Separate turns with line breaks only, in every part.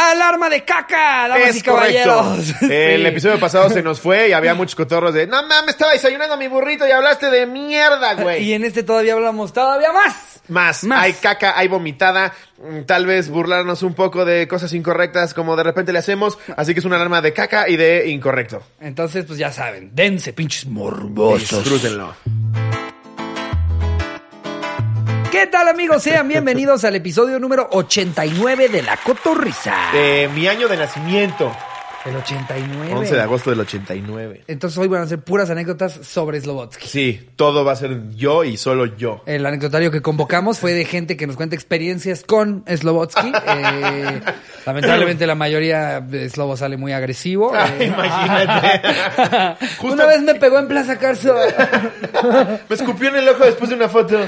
alarma de caca, damas y caballeros. Sí.
El episodio pasado se nos fue y había muchos cotorros de, no mames, estaba desayunando a mi burrito y hablaste de mierda, güey.
Y en este todavía hablamos todavía más.
Más,
Más.
hay caca, hay vomitada, mm, tal vez burlarnos un poco de cosas incorrectas como de repente le hacemos, así que es una alarma de caca y de incorrecto.
Entonces, pues ya saben, dense pinches morbosos.
Disfrútenlo.
¿Qué tal, amigos? Sean bienvenidos al episodio número 89 de La Cotorrisa.
De mi año de nacimiento,
El 89.
11 de agosto del 89.
Entonces hoy van a ser puras anécdotas sobre Slovotsky.
Sí, todo va a ser yo y solo yo.
El anecdotario que convocamos fue de gente que nos cuenta experiencias con Slovotsky. Eh, lamentablemente la mayoría de Slobo sale muy agresivo.
Ay,
Eh,
Ah, imagínate.
Una
Justo-
vez me pegó en Plaza Carso.
Me escupió en el ojo después de una foto.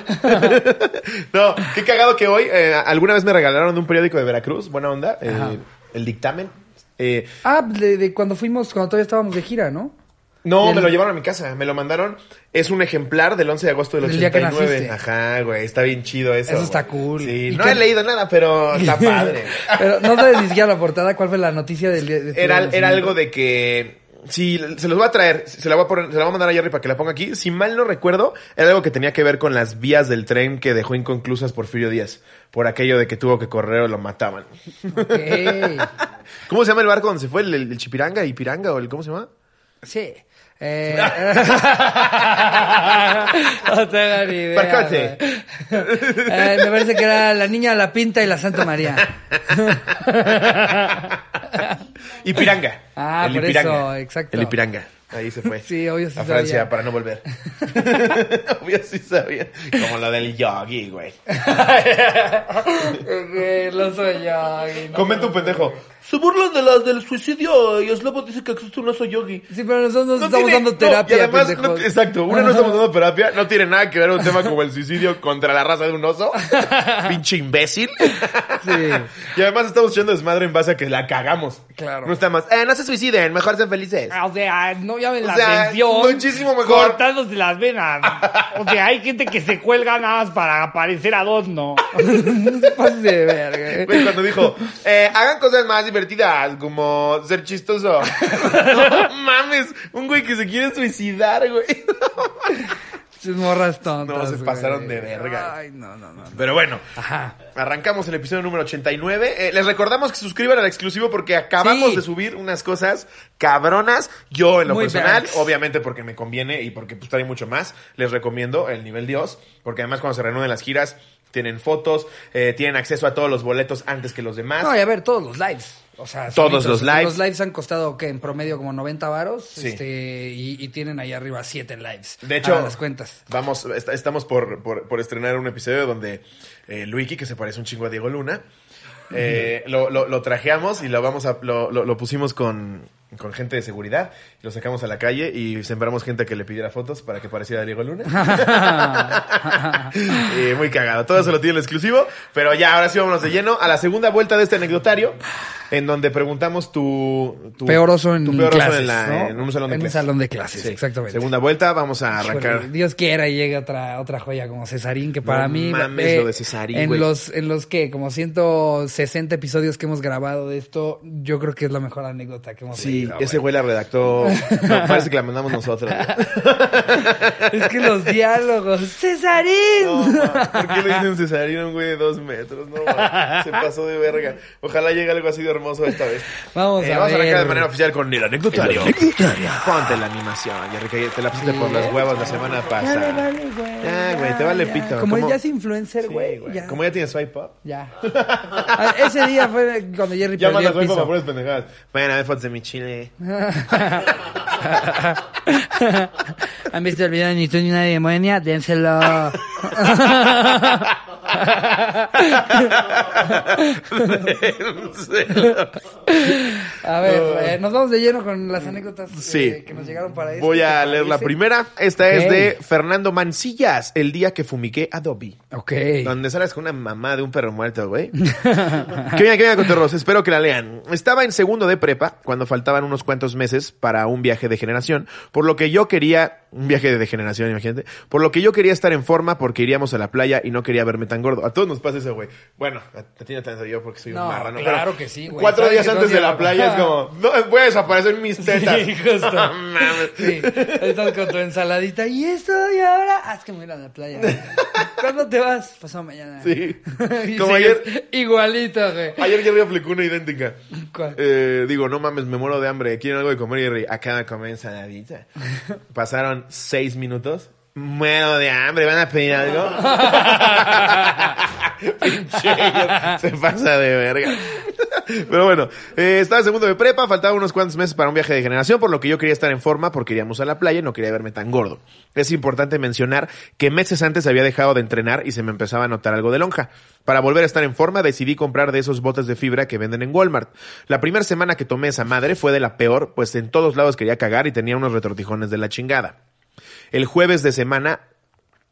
no, qué cagado que hoy. eh, alguna vez me regalaron un periódico de Veracruz, buena onda, eh,
Ajá.
el dictamen. Eh,
ah, de, de cuando fuimos, cuando todavía estábamos de gira, ¿no?
no,
El-
me lo llevaron a mi casa, me lo mandaron. Es un ejemplar del 11 de agosto del
Del día que
89.
naciste.
Ajá, güey, está bien chido eso.
Eso está
güey.
cool.
Sí,
¿Y
no
qué-
he leído nada, pero Oh, está padre.
Pero no sabes ni siquiera la portada, cuál fue la noticia del día. de tu
Era,
nacimiento?
era algo de que. Sí, se los voy a traer, se la voy a, poner- se la voy a mandar a Jerry para que la ponga aquí. Si mal no recuerdo, era algo que tenía que ver con las vías del tren que dejó inconclusas Porfirio Díaz, por aquello de que tuvo que correr o lo mataban.
Ok.
¿Cómo se llama el barco donde se fue? ¿El, el- el Chipiranga y Piranga o el cómo se llama?
Sí. Eh, no tengo ni idea.
Parcote.
güey. Eh, me parece que era la niña, la pinta y la Santa María.
Y Piranga.
Ah, por eso, exacto.
El Ipiranga. Ahí se fue.
Sí, obvio sí
A Francia
sabía.
para no volver. obvio sí sabía. Como lo del yogi, güey.
Güey, lo soy yo. güey, no.
Comenta un pendejo. Se burlan de las del suicidio y Slobo dice que existe un oso yogi.
Sí, pero nosotros nos
No
estamos
tiene-
dando
no,
terapia.
y además, no-
pendejos.
exacto, una no estamos dando terapia, no tiene nada que ver un tema como el suicidio contra la raza de un oso. Pinche imbécil.
Sí.
Y además estamos echando desmadre en base a que la cagamos.
Claro.
No está más. Eh, no se suiciden, mejor sean felices.
Ah, O sea, no llamen la
O sea,
atención.
muchísimo mejor.
Cortándose las venas. O sea, hay gente que se cuelga nada más para parecer adorno. no se pase de verga.
Güey, cuando dijo, eh, hagan cosas más divertidas, como ser chistoso. no mames, un güey que se quiere suicidar, güey.
Sus morras tontas.
No, se
güey.
pasaron de verga.
Ay, no, no, no.
Pero bueno,
Ajá.
Arrancamos el episodio número 89. Eh, les recordamos que se suscriban al exclusivo porque acabamos
Sí.
de subir unas cosas cabronas. Yo en lo
Muy
personal,
vergas.
obviamente porque me conviene y porque pues trae mucho más, les recomiendo el nivel Dios, porque además cuando se reanuden las giras tienen fotos, eh, tienen acceso a todos los boletos antes que los demás.
No, y a ver, todos los lives. O sea,
Todos los lives.
Los lives han costado, ¿qué? En promedio como 90 varos.
Sí.
Este, y, y tienen ahí arriba 7 lives.
De hecho,
Hagan las cuentas.
Vamos, est- estamos por, por- por estrenar un episodio donde eh, Luiki, que se parece un chingo a Diego Luna, eh, lo, lo- lo trajeamos y lo vamos a, lo, lo- lo pusimos con, con gente de seguridad, lo sacamos a la calle y sembramos gente que le pidiera fotos para que pareciera Diego Luna. Eh, muy cagado. Todo eso lo tiene el exclusivo. Pero ya, ahora sí vámonos de lleno a la segunda vuelta de este anecdotario, en donde preguntamos tu, tu
Peor oso en
tu peor oso
clases,
en, la-
¿no?
en un salón de
En un
clases.
salón de clases, exactamente.
Segunda vuelta, vamos a arrancar.
Híjole, Dios quiera y llegue otra, otra joya como Cesarín, que para mí. eh,
mames, lo de Cesarín,
En
güey.
los, en los que, como 160 episodios que hemos grabado de esto, yo creo que es la mejor anécdota que hemos
Sí,
leído,
ese güey la redactó. no, parece que la mandamos nosotros.
Es que los diálogos. ¡Cesarín!
No, ma, ¿Por qué le dicen cesarino a un güey de dos metros? No, ma, se pasó de verga. Ojalá llegue algo así de hermoso esta vez.
Vamos
Eh,
a
vamos a
ver,
arrancar de
güey.
manera oficial con el anecdotario. Ponte la animación, Jerry, que te la pusiste por las huevas la semana
Ya le
pasada.
vale, güey.
Ya, Ah, güey, te vale pito.
Como
¿Cómo?
ya es influencer,
Sí,
güey. ya.
Como ya tienes swipe up.
Ya. Ah, Ese día fue cuando Jerry
Ya
perdió
mandas
el
swipe up a
piso.
puras pendejadas. Vayan a ver fotos de mi chile.
Han visto el video de ni tú ni nadie demonia, dénselo.
Dénselos.
A ver, eh, nos vamos de lleno con las anécdotas
Sí.
eh, que nos llegaron para eso.
Voy a leer la primera. Esta
Este Ok.
es de Fernando Mancillas, el día que fumiqué Adobe.
Ok.
Donde sales con una mamá de un perro muerto, güey. que venga, que venga, Cotorros. Espero que la lean. Estaba en segundo de prepa cuando faltaban unos cuantos meses para un viaje de generación. Por lo que yo quería... Un viaje de generación, imagínate. Por lo que yo quería estar en forma porque iríamos a la playa y no quería verme tan gordo. A todos nos pasa eso, güey. Bueno, a a ti no tanto yo porque soy
No,
un marrano.
claro
pero
que sí, güey.
Cuatro
Sabes
días
que
antes
todos
de
ya-
la playa es como... No, voy a desaparecer mis tetas.
Sí, justo.
No mames.
Sí, ahí estás con tu ensaladita. ¿Y esto? ¿Y ahora? Haz que me voy a ir a la playa. ¿Cuándo te vas? Pasado mañana.
Sí.
Y
Como
sigues
ayer. Ah,
Igualito, güey.
Ayer ya me aplicó una idéntica.
¿Cuál?
Eh, digo, no mames, me muero de hambre. ¿Quieren algo de comer? Y Rey, acá me comen ensaladita. Pasaron seis minutos. Muero de hambre. ¿Van a pedir algo? Pinche, se pasa de verga. Pero bueno, eh, estaba en segundo de prepa, faltaban unos cuantos meses para un viaje de generación, por lo que yo quería estar en forma porque iríamos a la playa y no quería verme tan gordo. Es importante mencionar que meses antes había dejado de entrenar y se me empezaba a notar algo de lonja. Para volver a estar en forma decidí comprar de esos botes de fibra que venden en Walmart. La primera semana que tomé esa madre fue de la peor, pues en todos lados quería cagar y tenía unos retortijones de la chingada. El jueves de semana...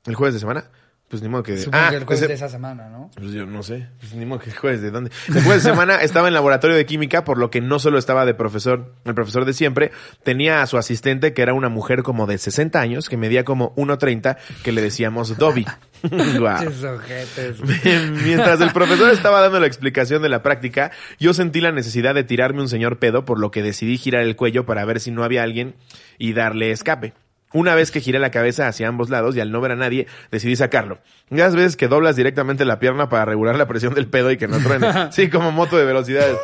¿El jueves de semana? Pues ni modo que...
Supongo
Ah,
que el jueves
ese-
de esa semana, ¿no?
pues yo no sé, pues ni modo que jueves de dónde. El jueves de semana estaba en laboratorio de química, por lo que no solo estaba de profesor, el profesor de siempre, tenía a su asistente, que era una mujer como de 60 años, que medía como 1.30, que le decíamos Dobby. Guau.
Pinches ojetes.
Mientras el profesor estaba dando la explicación de la práctica, yo sentí la necesidad de tirarme un señor pedo, por lo que decidí girar el cuello para ver si no había alguien y darle escape. Una vez que giré la cabeza hacia ambos lados y al no ver a nadie, decidí sacarlo. Ya las veces que doblas directamente la pierna para regular la presión del pedo y que no truene. Sí, como moto de velocidades.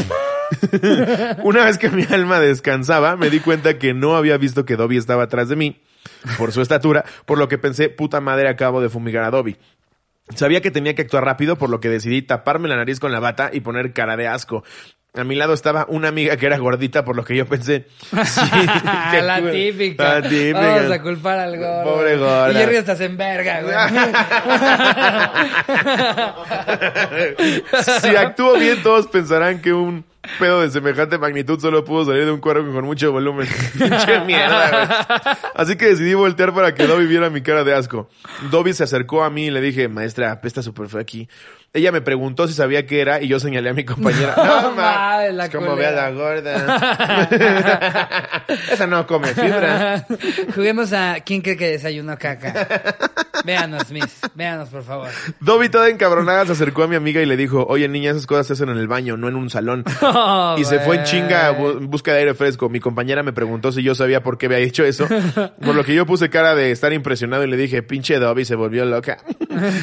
Una vez que mi alma descansaba, me di cuenta que no había visto que Dobby estaba atrás de mí por su estatura, por lo que pensé, puta madre, acabo de fumigar a Dobby. Sabía que tenía que actuar rápido, por lo que decidí taparme la nariz con la bata y poner cara de asco. A mi lado estaba una amiga que era gordita, por lo que yo pensé. sí, qué
Ah, la
cool.
típica.
La típica.
Vamos a culpar al gordo.
Pobre gorda.
Y Jerry estás en verga, güey.
si actúo bien, todos pensarán que un pedo de semejante magnitud solo pudo salir de un cuerpo con mucho volumen. Pinche mierda, güey. Así que decidí voltear para que Dobby viera mi cara de asco. Dobby se acercó a mí y le dije, maestra, apesta súper feo aquí. Ella me preguntó si sabía qué era y yo señalé a mi compañera.
No,
No, ma,
mames, la
es como ve
culera.
a la gorda. Esa no come fibra.
Juguemos a quién cree que desayunó caca. Véanos, Miss. Véanos, por favor.
Dobby toda encabronada se acercó a mi amiga y le dijo, oye niña, esas cosas se hacen en el baño, no en un salón.
Oh,
y se fue en
güey.
chinga a bu- en busca de aire fresco. Mi compañera me preguntó si yo sabía por qué había hecho eso, por lo que yo puse cara de estar impresionado y le dije, pinche Dobby se volvió loca.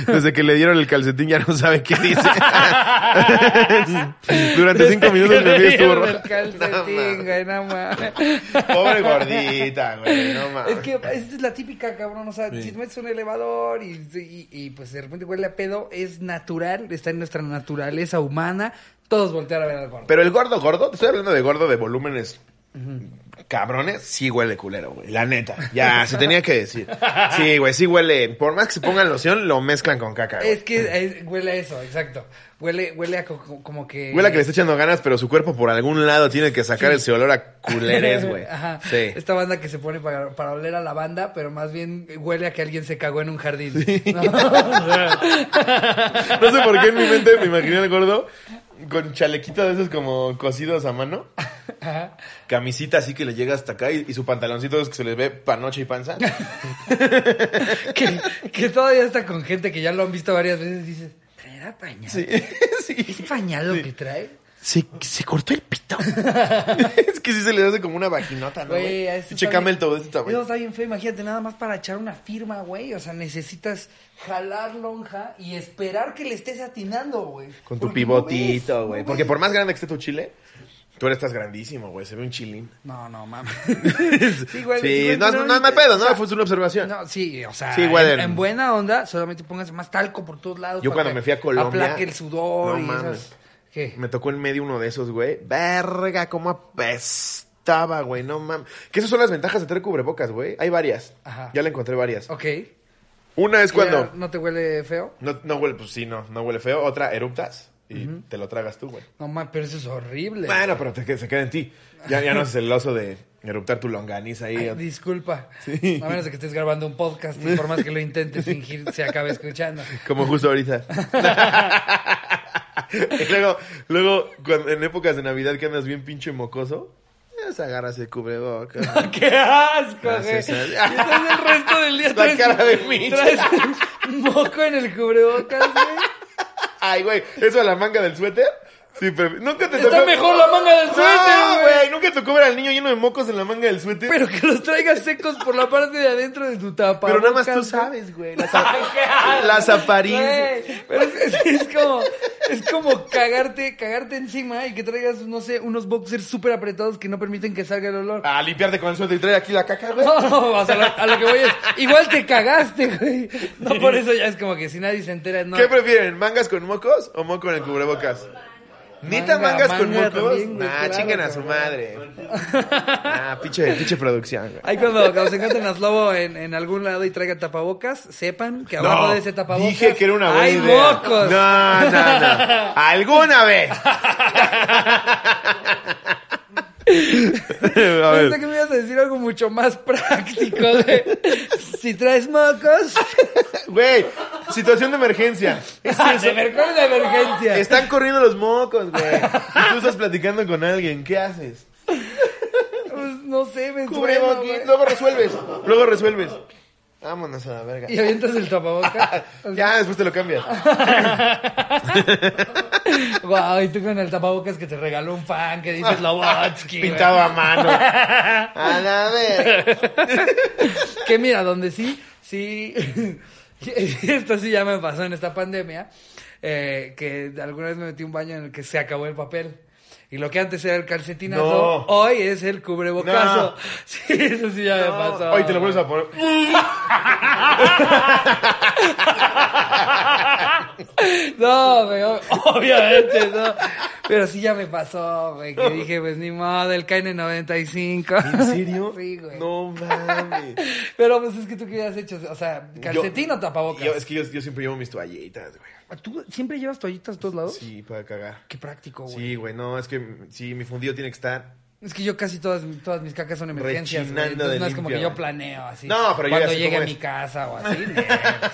Desde que le dieron el calcetín ya no sabe qué dice. Durante cinco minutos mi amiga estuvo
El calcetín,
No,
güey, no mames.
ma. Pobre gordita, güey, no mames.
Es que pues, esta es la típica, cabrón. O sea, si te metes a un elevador y, y- y, pues de repente huele a pedo, es natural, está en nuestra naturaleza humana. Todos voltear a ver al gordo.
Pero el gordo gordo, te estoy hablando de gordo de volúmenes cabrones, sí huele culero, güey. La neta. Ya, se tenía que decir. Sí, güey, sí huele. Por más que se pongan loción, lo mezclan con caca, güey.
Es que es- huele a eso, exacto. Huele, huele a co- co- como que.
Huele a que le está echando ganas, pero su cuerpo por algún lado tiene que sacar ese olor a culerés, güey.
Ajá.
Sí.
Esta banda que se pone para, para oler a la banda, pero más bien huele a que alguien se cagó en un jardín. ¿no?
No sé por qué en mi mente me imaginé al gordo con chalequito de esos como cosidos a mano.
Ajá.
Camisita así que le llega hasta acá y, y su pantaloncito es que se le ve panocha y panza.
que, que todavía está con gente que ya lo han visto varias veces y dices, ¿traerá pañal?
Sí, sí.
¿Qué pañal lo que trae?
Se, se cortó el pito. es que sí se le hace como una vaginota, Ah, ¿no?
Güey,
Güey,
eso está
Pinche
bien-
camel todo de este
Eso
tamaño.
está bien feo, imagínate, nada más para echar una firma, güey. O sea, necesitas jalar lonja y esperar que le estés atinando, güey.
Con tu
Porque no
pivotito,
ves,
güey.
no
Porque
ves.
por más grande que esté tu chile, tú eres estás grandísimo, güey. Se ve un chilín.
No, no, mames.
Sí,
güey, güey,
no,
pero
no, no es mal
ahorita-
pedo,
o sea,
¿no? Fue una observación.
No, sí, o sea,
Sí,
en-
huelen.
en, buena onda, solamente pongas más talco por todos lados.
Yo
para
cuando
que
me fui a Colombia-
Aplaque el sudor
No
y
mames.
esas- ¿Qué?
Me tocó en medio uno de esos, güey. Verga, cómo apestaba, güey. No mames. Que esas son las ventajas de tener cubrebocas, güey. Hay varias.
Ajá.
Ya le encontré varias.
Ok.
Una es
¿Ya
cuando.
¿No te huele feo?
No, no huele, pues sí, no, no huele feo. Otra, eruptas. y te lo tragas tú, güey.
No mames, pero eso es horrible.
Bueno, pero te- que se queda en ti. Ya, ya no haces el oso de eruptar tu longaniza ahí.
Ay, disculpa.
Sí.
A menos de que estés grabando un podcast y por más que lo intentes fingir, se acaba escuchando.
Como justo ahorita. y luego, luego cuando- en épocas de Navidad que andas bien pinche mocoso, ya se agarras el cubrebocas.
Ah, ¡Qué asco, güey!
Gracias,
Estás
Adri.
el resto del día
Ah, La
traes-
cara de Mitch.
Traes un moco en el cubrebocas, güey.
Ay, güey, ¿eso a la manga del suéter? Sí, pero nunca te
Está
tocó-
mejor la manga del
No,
suéter, güey.
güey, nunca tocó ver al niño lleno de mocos en la manga del suéter.
Pero que los traigas secos por la parte de adentro de tu tapa.
Pero nada más tú sabes, güey. Las, las apariencias.
Güey, pero es, es- es como es como cagarte cagarte encima y que traigas no sé unos boxers súper apretados que no permiten que salga el olor
A limpiarte con el suéter y traer aquí la caca, güey.
No, no, o sea, lo- a lo que voy es igual te cagaste güey no por eso ya es como que si nadie se entera no
¿Qué prefieren? ¿Mangas con mocos o moco en el cubrebocas? ¿Nita
Manga,
mangas con
manga
mocos?
también, güey,
nah,
claro,
chinguen a su
cabrón.
madre. Ah, pinche, pinche producción, güey.
Ahí cuando, cuando se encuentren a Slobo en, en algún lado y traiga tapabocas, sepan que abajo de ese tapabocas
dije que era una buena
hay
idea.
mocos.
No, no, no. ¿Alguna vez? a
Pensé
ver.
que me ibas a decir algo mucho más práctico de si traes mocos,
Güey, situación de emergencia. Es
se
eso.
mercó de emergencia.
Están corriendo los mocos, güey. Y tú estás platicando con alguien. ¿Qué haces?
Pues, no sé, me
Cubre
suena,
boqui-
güey.
Luego resuelves. Luego resuelves. Vámonos a la verga.
Y avientas el tapabocas.
Ya, después te lo cambias.
Guau, y tú con el tapabocas que te regaló un fan que dice Slobotsky. güey.
Pintado a mano. A la verga.
Que mira, donde sí, sí. Esto sí ya me pasó en esta pandemia. eh, que alguna vez me metí un baño en el que se acabó el papel. Y lo que antes era el calcetinazo,
No.
hoy es el cubrebocas
No.
Sí, eso sí ya me pasó.
Oye, te lo vuelves a poner.
No, güey, ob- obviamente no. Pero sí ya me pasó, güey. Que dije, pues ni modo, el KN95.
¿En serio?
Sí, güey.
No mames.
Pero pues es que tú qué has hecho. O sea, calcetín
Yo-
o tapabocas.
yo- es que yo, yo siempre llevo mis toallitas, güey.
¿Tú siempre llevas toallitas a todos lados?
Sí, para cagar.
Qué práctico, güey.
Sí, güey, no, es que mm, sí, mi fundido tiene que estar.
Es que yo casi todas, todas mis cacas son emergencias. güey.
Rechinando
Entonces
de
no es como
limpio,
que yo
güey.
planeo así.
No, pero yo ya
Cuando
sé
llegue
cómo
a
es.
mi casa o así. no.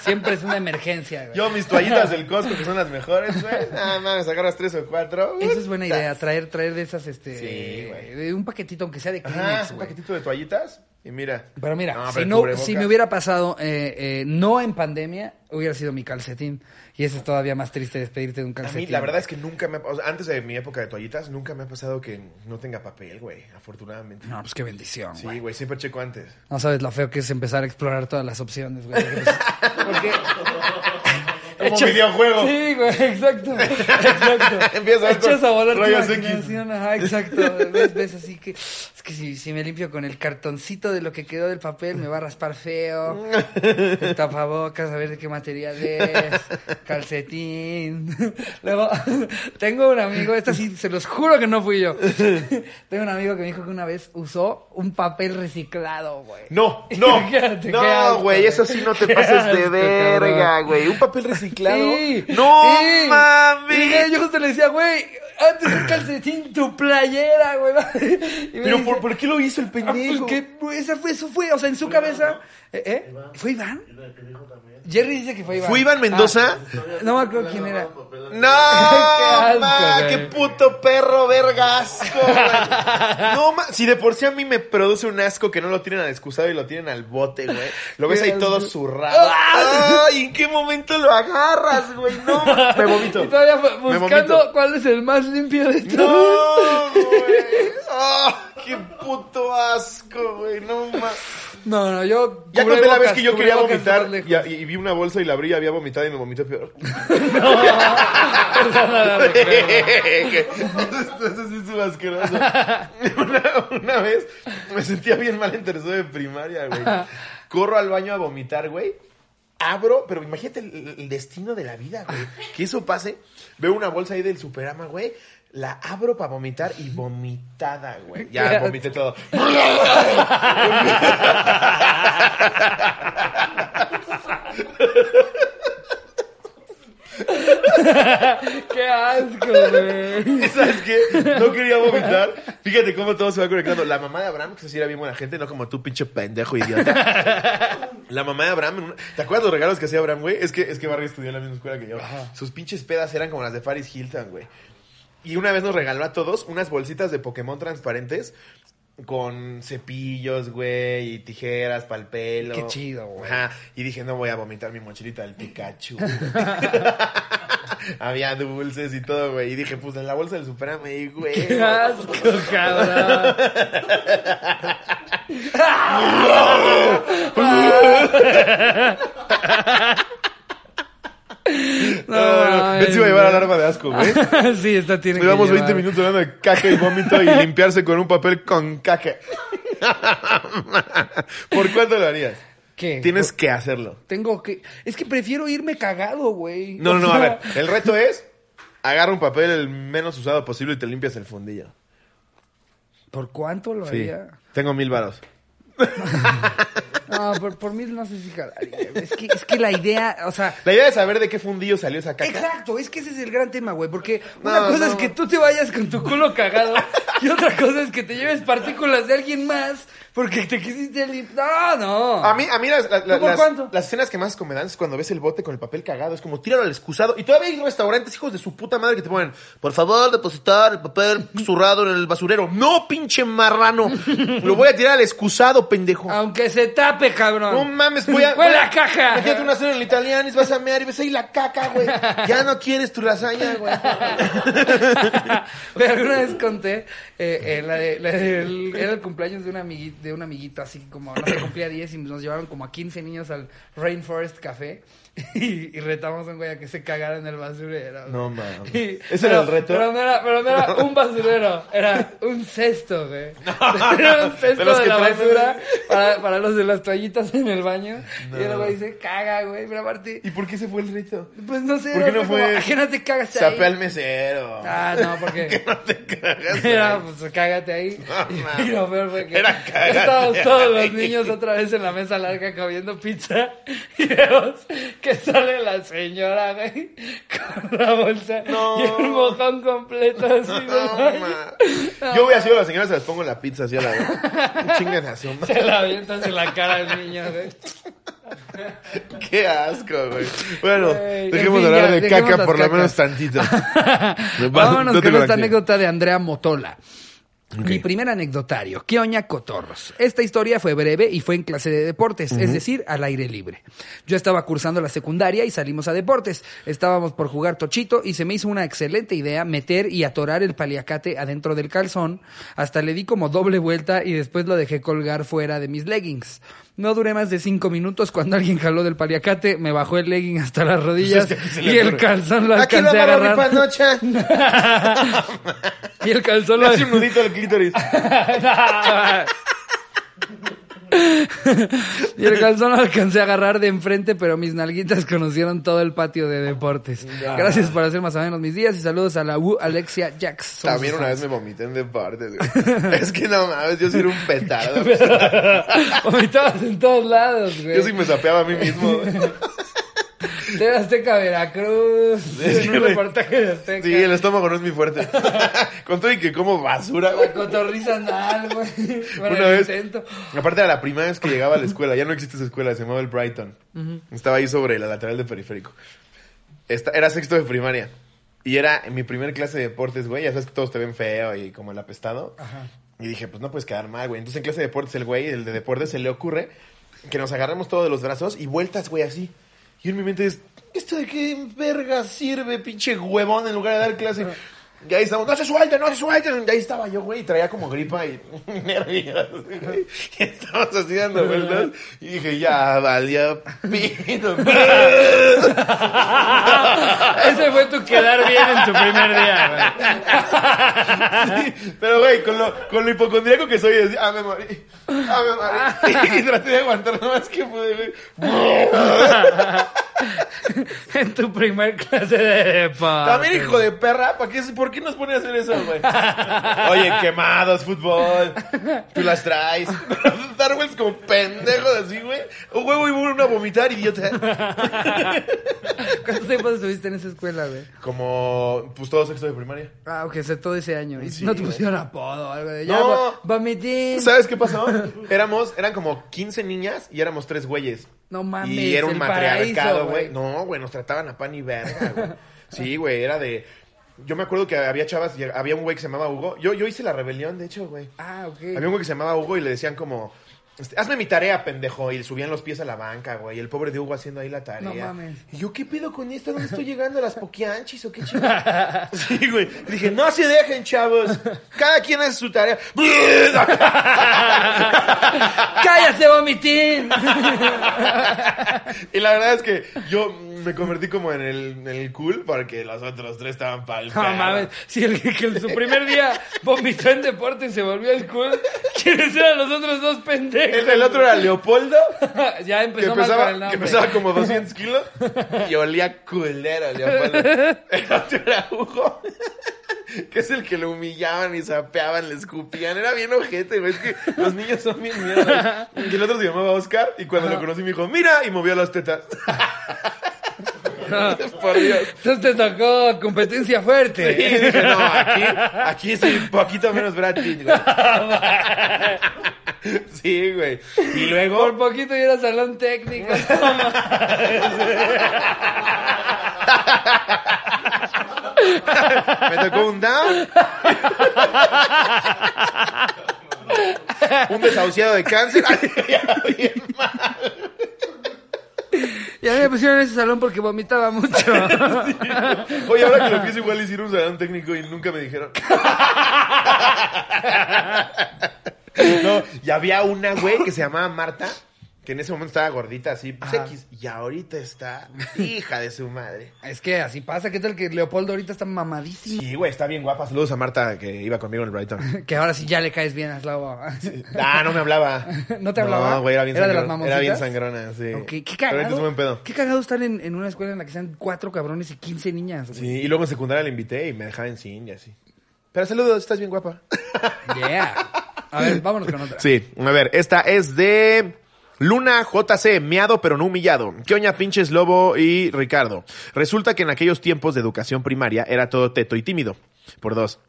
Siempre es una emergencia, güey.
Yo mis toallitas del Costco, que son las mejores, güey. Nada más, agarras tres o cuatro.
Eso es buena idea, traer, traer de esas, este.
Sí, güey.
de un paquetito, aunque sea de
Ajá,
Kleenex,
un
güey.
paquetito de toallitas y mira.
Pero mira, si,
pero
no,
cubrebocas.
si me hubiera pasado eh, eh, no en pandemia, hubiera sido mi calcetín. Y eso es todavía más triste, despedirte de un
A
calcetín.
mí, la verdad es que nunca me ha pasado. antes de mi época de toallitas, nunca me ha pasado que no tenga papel, güey. Afortunadamente.
No, pues qué bendición, güey.
Sí, güey, siempre checo antes.
No sabes lo feo que es empezar a explorar todas las opciones, güey. Porque, pues, porque-
Como videojuego.
Sí, güey, exacto. Exacto.
Empiezas a ver
Echas
con
a volar tu
rayos X.
imaginación. Ajá, exacto. Ves, ves así que... Es que si, si me limpio con el cartoncito de lo que quedó del papel, me va a raspar feo. El tapabocas, a ver de qué material es. Calcetín. Luego, tengo un amigo, esta sí, se los juro que no fui yo. Tengo un amigo que me dijo que una vez usó un papel reciclado, güey.
No, no.
Fíjate, qué
no,
asco,
güey, eso sí no te
Qué
pases de
asco,
verga,
cabrón.
güey. Un papel reciclado.
Sí,
no
sí.
mames.
Dije, yo justo le decía, güey, antes un calcetín, tu playera, güey. Y me
Pero
dice,
por, ¿por qué lo hizo el
ah, pues,
pendejo?
¿qué? Esa fue, eso fue, o sea, en su cabeza. ¿Eh? eh, ¿Fue Iván? Jerry dice que fue Iván.
¿Fue Iván
Ah,
Mendoza?
no me acuerdo quién era.
No,
asco,
ma,
güey.
qué puto perro verga asco. güey. No, ma, si de por sí a mí me produce un asco que no lo tienen al excusado y lo tienen al bote, güey. Lo ves ahí todo zurrado. Ay, ¿en qué momento lo agarras, güey? No, ma. me vomito.
Y todavía fue
Me
buscando
vomito.
cuál es el más limpio de todos.
No, güey. Ah, qué puto asco, güey. No, ma.
No, no, yo.
Ya conté la
cubrebocas,
vez que yo quería
cubrebocas,
vomitar
lejos.
y, y vi una bolsa y la abrí y había vomitado y me vomité peor. Eso sí es un asqueroso. Una, una vez me sentía bien mal en tercero de primaria, güey. Corro al baño a vomitar, güey. Abro, pero imagínate el, el destino de la vida, güey. Que eso pase. Veo una bolsa ahí del Superama, güey. La abro para vomitar y vomitada, güey. Ya vomité todo.
¡Qué asco, güey!
¿Y ¿Sabes qué? No quería vomitar. Fíjate cómo todo se va conectando. La mamá de Abraham, que se era bien buena gente, no como tú, pinche pendejo idiota. La mamá de Abraham, en una- ¿te acuerdas los regalos que hacía Abraham, güey? Es que, es que Barry estudió en la misma escuela que yo. Sus pinches pedas eran como las de Paris Hilton, güey. Y una vez nos regaló a todos unas bolsitas de Pokémon transparentes con cepillos, güey, y tijeras para el pelo.
Qué chido, güey.
Ajá. Y dije, no voy a vomitar mi mochilita del Pikachu. Había dulces y todo, güey. Y dije, pues en la bolsa del Superame, güey.
¡Qué asco, cabrón!
No, no, él se iba a llevar alarma de asco, güey.
Sí, esta tiene que
Llevamos 20
llevar.
minutos hablando de caca y vómito y limpiarse con un papel con caca. ¿Por cuánto lo harías?
¿Qué?
Tienes que hacerlo.
Tengo que... Es que prefiero irme cagado, güey.
No,
O
no, no, a
sea,
ver. El reto es agarra un papel el menos usado posible y te limpias el fundillo.
¿Por cuánto lo
Sí.
haría?
Tengo mil varos.
No, por, por mí no sé si jalaría. güey. Es que, es que la idea, o sea...
La idea es saber de qué fundillo salió esa caca.
Exacto, es que ese es el gran tema, güey, porque una
No,
cosa es
no.
que tú te vayas con tu culo cagado y otra cosa es que te lleves partículas de alguien más porque te quisiste lim- No, no.
A mí, a mí las, las-
¿Tú por
las-
cuánto?
las escenas que más asco me dan es cuando ves el bote con el papel cagado. Es como tíralo al excusado. Y todavía hay restaurantes, hijos de su puta madre, que te ponen, por favor, depositar el papel zurrado en el basurero. No, pinche marrano. Lo voy a tirar al excusado, pendejo.
Aunque se tape, cabrón.
No mames, voy a.
Ah, Fue
voy a-
la caja.
Imagínate una cena en el italiano y vas a mear y ves ahí la caca, güey. Ya no quieres tu lasaña, güey.
Pero alguna vez conté, eh, eh, la de- la de- el- era el cumpleaños de un, amigui- de un amiguito, así como no se cumplía 10 y nos llevaron como a 15 niños al Rainforest Café y, y retamos a un güey a que se cagara en el basurero.
No mames.
Y-
¿Ese era el reto?
Pero no era, pero no era un basurero, era un cesto, güey. Era un cesto
De
de,
los que
la
traen-
basura para, para los de las toallitas en el baño. Y el güey se caga, güey, pero aparte...
¿Y por qué se fue el rito?
Pues no sé,
¿Por qué no fue?
Imagínate, cagaste ahí.
Sape al mesero.
Ah, no, porque...
Que no te cagas.
Era, pues cágate ahí.
No, mames.
y lo peor fue que
Era, cágate
estábamos todos
ahí.
los niños otra vez en la mesa larga comiendo pizza y vemos que sale la señora, güey, con la bolsa
No.
y un mojón completo así de
No,
baño.
ma. Yo voy así a las señoras, se las pongo la pizza así a la vez. Chingan así, ma.
Se la avientas en la cara al niño, güey.
Qué asco, güey. Bueno,
Güey, en
dejemos de
fin,
hablar
ya,
de
dejemos
caca
las
por lo
cacas.
menos tantito.
Vámonos
No te
con esta
conocía.
anécdota de Andrea Motola.
Ok.
Mi primer anecdotario, Kioña Cotorros. Esta historia fue breve y fue en clase de deportes, es decir, al aire libre. Yo estaba cursando la secundaria y salimos a deportes. Estábamos por jugar tochito y se me hizo una excelente idea meter y atorar el paliacate adentro del calzón. Hasta le di como doble vuelta y después lo dejé colgar fuera de mis leggings. No duré más de cinco minutos cuando alguien jaló del paliacate, me bajó el legging hasta las rodillas
Pues es que se le
y el
ocurre.
calzón lo
Aquí
alcancé a
vamos, mi
agarrar.
panocha.
y el calzón
Le
lo
hace un nudito al clítoris.
y el calzón lo alcancé a agarrar de enfrente, pero mis nalguitas conocieron todo el patio de deportes. Gracias por hacer más o menos mis días y saludos a la U Alexia Jax. Somos
También
sus
una vez me vomité en deportes, güey. Es que no mames, yo sí era un petardo.
fans. Vomitabas en todos lados, güey.
Yo sí me sapeaba a mí mismo.
Te das Azteca Veracruz.
Sí,
en un
güey.
reportaje de Azteca.
Sí, el estómago no es muy fuerte. Con todo y que como basura, güey.
La cotorriza anal, güey. Bueno,
Una
el
vez.
intento.
Aparte era la primera vez que llegaba a la escuela, ya no existe esa escuela, se llamaba el Brighton. Estaba ahí sobre la lateral de periférico. Esta- era sexto de primaria. Y era en mi primer clase de deportes, güey. Ya sabes que todos te ven feo y como el apestado.
Ajá.
Y dije, pues no puedes quedar mal, güey. Entonces en clase de deportes, el güey, el de deportes, se le ocurre que nos agarramos todos de los brazos y vueltas, güey, así. Y en mi mente es, ¿esto de qué verga sirve, pinche huevón, en lugar de dar clase? Y ahí estamos, no se suelten, no se suelten. Y ahí estaba yo, güey, y traía como gripa y nervios, güey. Y estábamos así dando vueltas. Y dije, ya valió pito.
Ese fue tu quedar bien en tu primer día, güey.
Pero, güey, con lo, con lo hipocondríaco que soy, decía, ah, me morí. Ah, me morí. Y traté de aguantar lo más que pude, güey.
en tu primer clase de deporte.
También, hijo de perra, ¿para qué, ¿por qué nos pone a hacer eso, güey? Oye, quemados, fútbol. Tú las traes. Dar güeyes como pendejos así, güey. Un huevo y uno a vomitar, idiota.
¿Cuánto tiempo estuviste en esa escuela, güey?
Como, pues todo sexto de primaria.
Ah, ok, o sea, todo ese año. Y
Sí,
no te
güey.
pusieron apodo o algo de... Ya,
No.
va- vomitín.
¿Sabes qué pasó? Éramos, eran como 15 niñas y éramos tres güeyes.
No mames,
Y era un
el
matriarcado,
paraíso, güey.
güey. No, güey, nos trataban a pan y verga, güey. Sí, güey, era de. Yo me acuerdo que había chavas, y había un güey que se llamaba Hugo. Yo, yo hice la rebelión, de hecho, güey.
Ah, ok.
Había un güey que se llamaba Hugo y le decían como. este, Hazme mi tarea, pendejo. Y le subían los pies a la banca, güey. Y el pobre de Hugo haciendo ahí la tarea.
No mames.
Y yo, ¿qué pedo con esto? ¿Dónde estoy llegando? ¿A las poquianchis o qué chingados? Sí, güey. Y dije, no se dejen, chavos. Cada quien hace su tarea.
¡Cállate, vomitín!
Y la verdad es que yo me convertí como en el, en el cool porque los otros tres estaban pa'l
No
perro.
mames, si el que, que en su primer día vomitó en deporte y se volvió el cool, ¿quiénes eran los otros dos pendejos?
El, el otro era Leopoldo,
ya
que
empezó mal con el
pesaba, que
nombre.
pesaba como 200 kilos y olía culero Leopoldo. El otro era Hugo, que es el que lo humillaban y sapeaban, le escupían. Era bien ojete, güey. Es que los niños son bien mierdas. Y el otro se llamaba Oscar y cuando lo conocí me dijo, mira, y movió las tetas. Por Dios.
Entonces te tocó competencia
Sí,
fuerte.
dije, no, aquí, aquí soy un poquito menos Brad Pitt, güey. Sí, güey. Y
Por
luego.
poquito yo era salón técnico.
Me tocó un down. un desahuciado de cáncer.
Y a mí me pusieron en ese salón porque vomitaba mucho.
Oye, ahora que lo pienso, igual hicieron un salón técnico y nunca me dijeron. no, y había una güey que se llamaba Marta, que en ese momento estaba gordita, así, pues,
Ajá.
X. Y ahorita está hija de su madre.
Es que así pasa. ¿Qué tal que Leopoldo ahorita está mamadísimo?
Sí, güey, está bien guapa. Saludos a Marta que iba conmigo en el Brighton.
Que ahora sí ya le caes bien a Slobo.
Ah, no me hablaba.
¿No te hablaba?
No, güey, era bien
¿Era de las
sangrona. Era bien
mamoncitas?
sangrona, sí.
Ok, Qué
Pero ahorita
cagado.
es buen pedo.
Qué cagado estar en, en una escuela en la que sean cuatro cabrones y 15 niñas. güey.
Sí, y luego en secundaria la invité y me dejaba en sin y así. Pero saludos, estás bien guapa.
Yeah. A ver, vámonos con otra.
Sí, a ver, esta es de Luna JC, meado pero no humillado. ¿Qué oña pinches Lobo y Ricardo? Resulta que en aquellos tiempos de educación primaria era todo teto y tímido, por dos.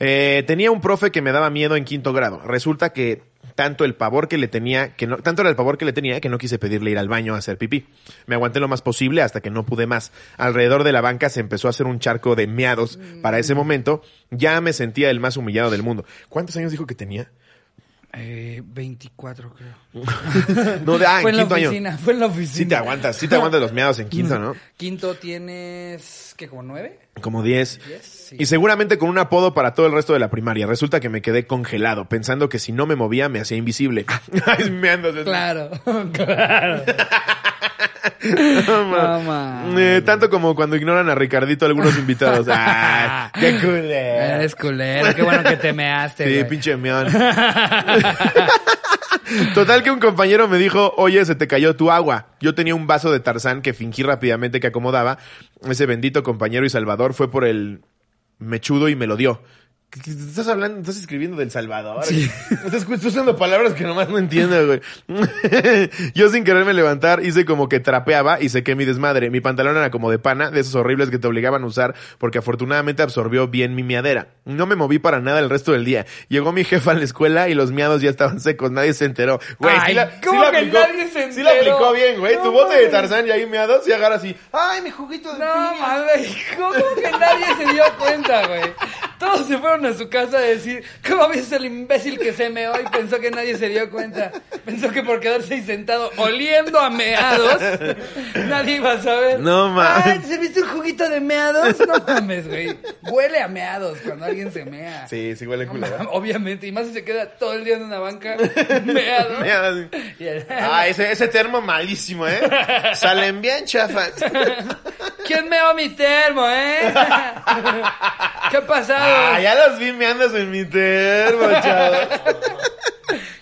Eh, tenía un profe que me daba miedo en quinto grado. Resulta que tanto el pavor que le tenía, que no, tanto era el pavor que le tenía que no quise pedirle ir al baño a hacer pipí. Me aguanté lo más posible hasta que no pude más. Alrededor de la banca se empezó a hacer un charco de meados. Para ese momento ya me sentía el más humillado del mundo. ¿Cuántos años dijo que tenía?
Eh, 24, creo.
No, de, ah,
fue
en
en la
quinto año.
oficina, fue en la oficina.
Sí te aguantas, sí te aguantas los meados en quinto, ¿no?
Quinto tienes, ¿qué, como nueve?
Como 10.
Diez, sí.
Y seguramente con un apodo para todo el resto de la primaria. Resulta que me quedé congelado, pensando que si no me movía me hacía invisible. Ay, meándose.
Ah. Claro, claro. No, man.
Eh, tanto como cuando ignoran a Ricardito algunos invitados. ¡Ah! ¡Qué culero!
Eres culero, qué bueno que te measte,
Sí,
Este güey.
pinche meón. Total que un compañero me dijo, oye, se te cayó tu agua. Yo tenía un vaso de Tarzán que fingí rápidamente que acomodaba. Ese bendito compañero y salvador fue por el mechudo y me lo dio. ¿Qué- qué- Estás hablando, estás escribiendo del Salvador. Estás cu- estás usando palabras que nomás no entiendo, güey. Yo sin quererme levantar hice como que trapeaba y sequé mi desmadre. Mi pantalón era como de pana, de esos horribles que te obligaban a usar, porque afortunadamente absorbió bien mi miadera. No me moví para nada el resto del día. Llegó mi jefa a la escuela y los miados ya estaban secos, nadie se enteró. Güey, sí
Ay,
la, sí
¿cómo
la
que
aplicó,
nadie se
sí la
enteró?
aplicó bien, güey. tu
No
bote de
mames.
Tarzán y ahí miados y agarra así. ¡Ay, mi juguito de
No,
piña!
mames, ¿cómo que nadie se dio cuenta, güey? Todos se fueron a su casa a decir, ¿cómo ves el imbécil que se meó y pensó que nadie se dio cuenta? Pensó que por quedarse ahí sentado oliendo a meados, nadie iba a saber.
No mames.
Ay, ¿te serviste un juguito de meados? No mames, güey. Huele a meados cuando alguien se mea.
Sí, sí huele
No
culero.
mames, Obviamente, y más si se queda todo el día en una banca meado.
Miados.
Y el-
Ah, ese, ese termo malísimo, ¿eh? Salen bien chafas.
¿Quién meó mi termo, eh? ¿Qué ha pasado?
Ah, ya los vi meándose en mi termo, chavos.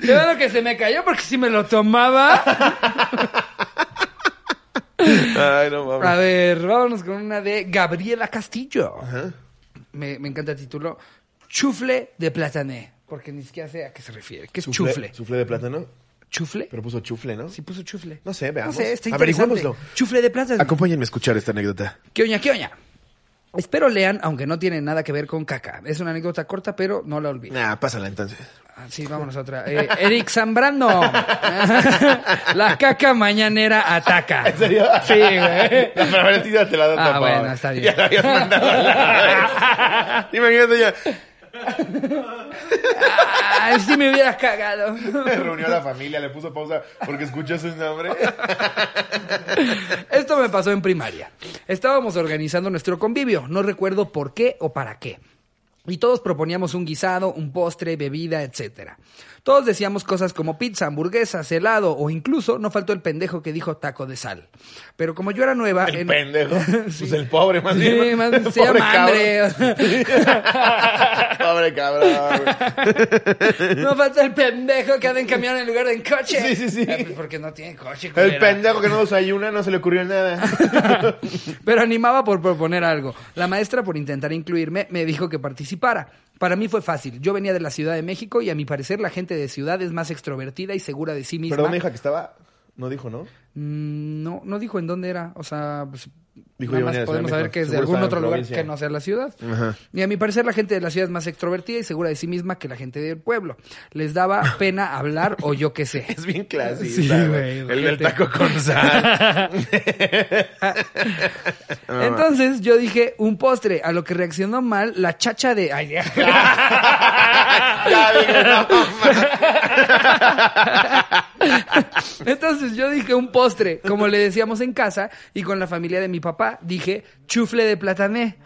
Qué bueno que se me cayó porque si me lo tomaba.
Ay, no mames.
A ver, vámonos con una de Gabriela Castillo.
Ajá.
Me, me encanta el título. Chufle de platané. Porque ni siquiera sé a qué se refiere. ¿Qué es chufle?
Sufle de plátano.
¿Chufle?
Pero puso chufle, ¿no?
Sí puso chufle.
No sé, veamos. Ah,
No sé, está
Averigüémoslo.
interesante. Chufle de plátano.
Acompáñenme a escuchar esta anécdota.
¿Qué oña, qué oña? Espero lean, aunque no tiene nada que ver con caca. Es una anécdota corta, pero no la olviden.
Nah, pásala entonces.
Ah, Sí, vámonos a otra. Eh, Eric Zambrano. la caca mañanera ataca. ¿En
serio?
Sí, güey.
No, pero a ver, tía, te la doy
Ah,
por favor.
bueno, está bien.
Ya la habías mandado a la vez. Imagínate ya.
Ay, sí me hubieras cagado.
Reunió a la familia, le puso pausa porque escuchó su nombre.
Esto me pasó en primaria. Estábamos organizando nuestro convivio, no recuerdo por qué o para qué. Y todos proponíamos un guisado, un postre, bebida, etc. Todos decíamos cosas como pizza, hamburguesas, helado o incluso no faltó el pendejo que dijo taco de sal. Pero como yo era nueva...
El
en-
pendejo.
Sí.
Pues el pobre, más
Sí,
bien. ¿no?
más-
El
se llama
cabrón. pobre cabrón. güey.
No falta el pendejo que anda en camión en lugar de en coche.
Sí, sí, sí.
Ah, pues porque no tiene coche.
El
culera.
pendejo que no desayuna no se le ocurrió nada.
Pero animaba por proponer algo. La maestra, por intentar incluirme, me dijo que participara. Para mí fue fácil. Yo venía de la Ciudad de México y a mi parecer la gente de ciudad es más extrovertida y segura de sí misma.
Perdón, hija, que estaba. No dijo, ¿no?
Mm, No, no dijo en dónde era. O sea, pues,
Dijo
nada
yo venía de
más
la
podemos
Ciudad de
saber que es de
México. Seguro
algún
estaba en
otro lugar
provincia.
que no sea la ciudad.
Ajá.
Y a mi parecer la gente de la ciudad es más extrovertida y segura de sí misma que la gente del pueblo. Les daba pena hablar o yo qué sé.
Es bien
Sí,
clasista,
güey,
güey. el del
gente.
taco con sal. Ah.
Entonces yo dije un postre, a lo que reaccionó mal la chacha de... Ay, ya.
Ya dije, no, mames.
Entonces yo dije un postre, como le decíamos en casa, y con la familia de mi papá dije chufle de platané.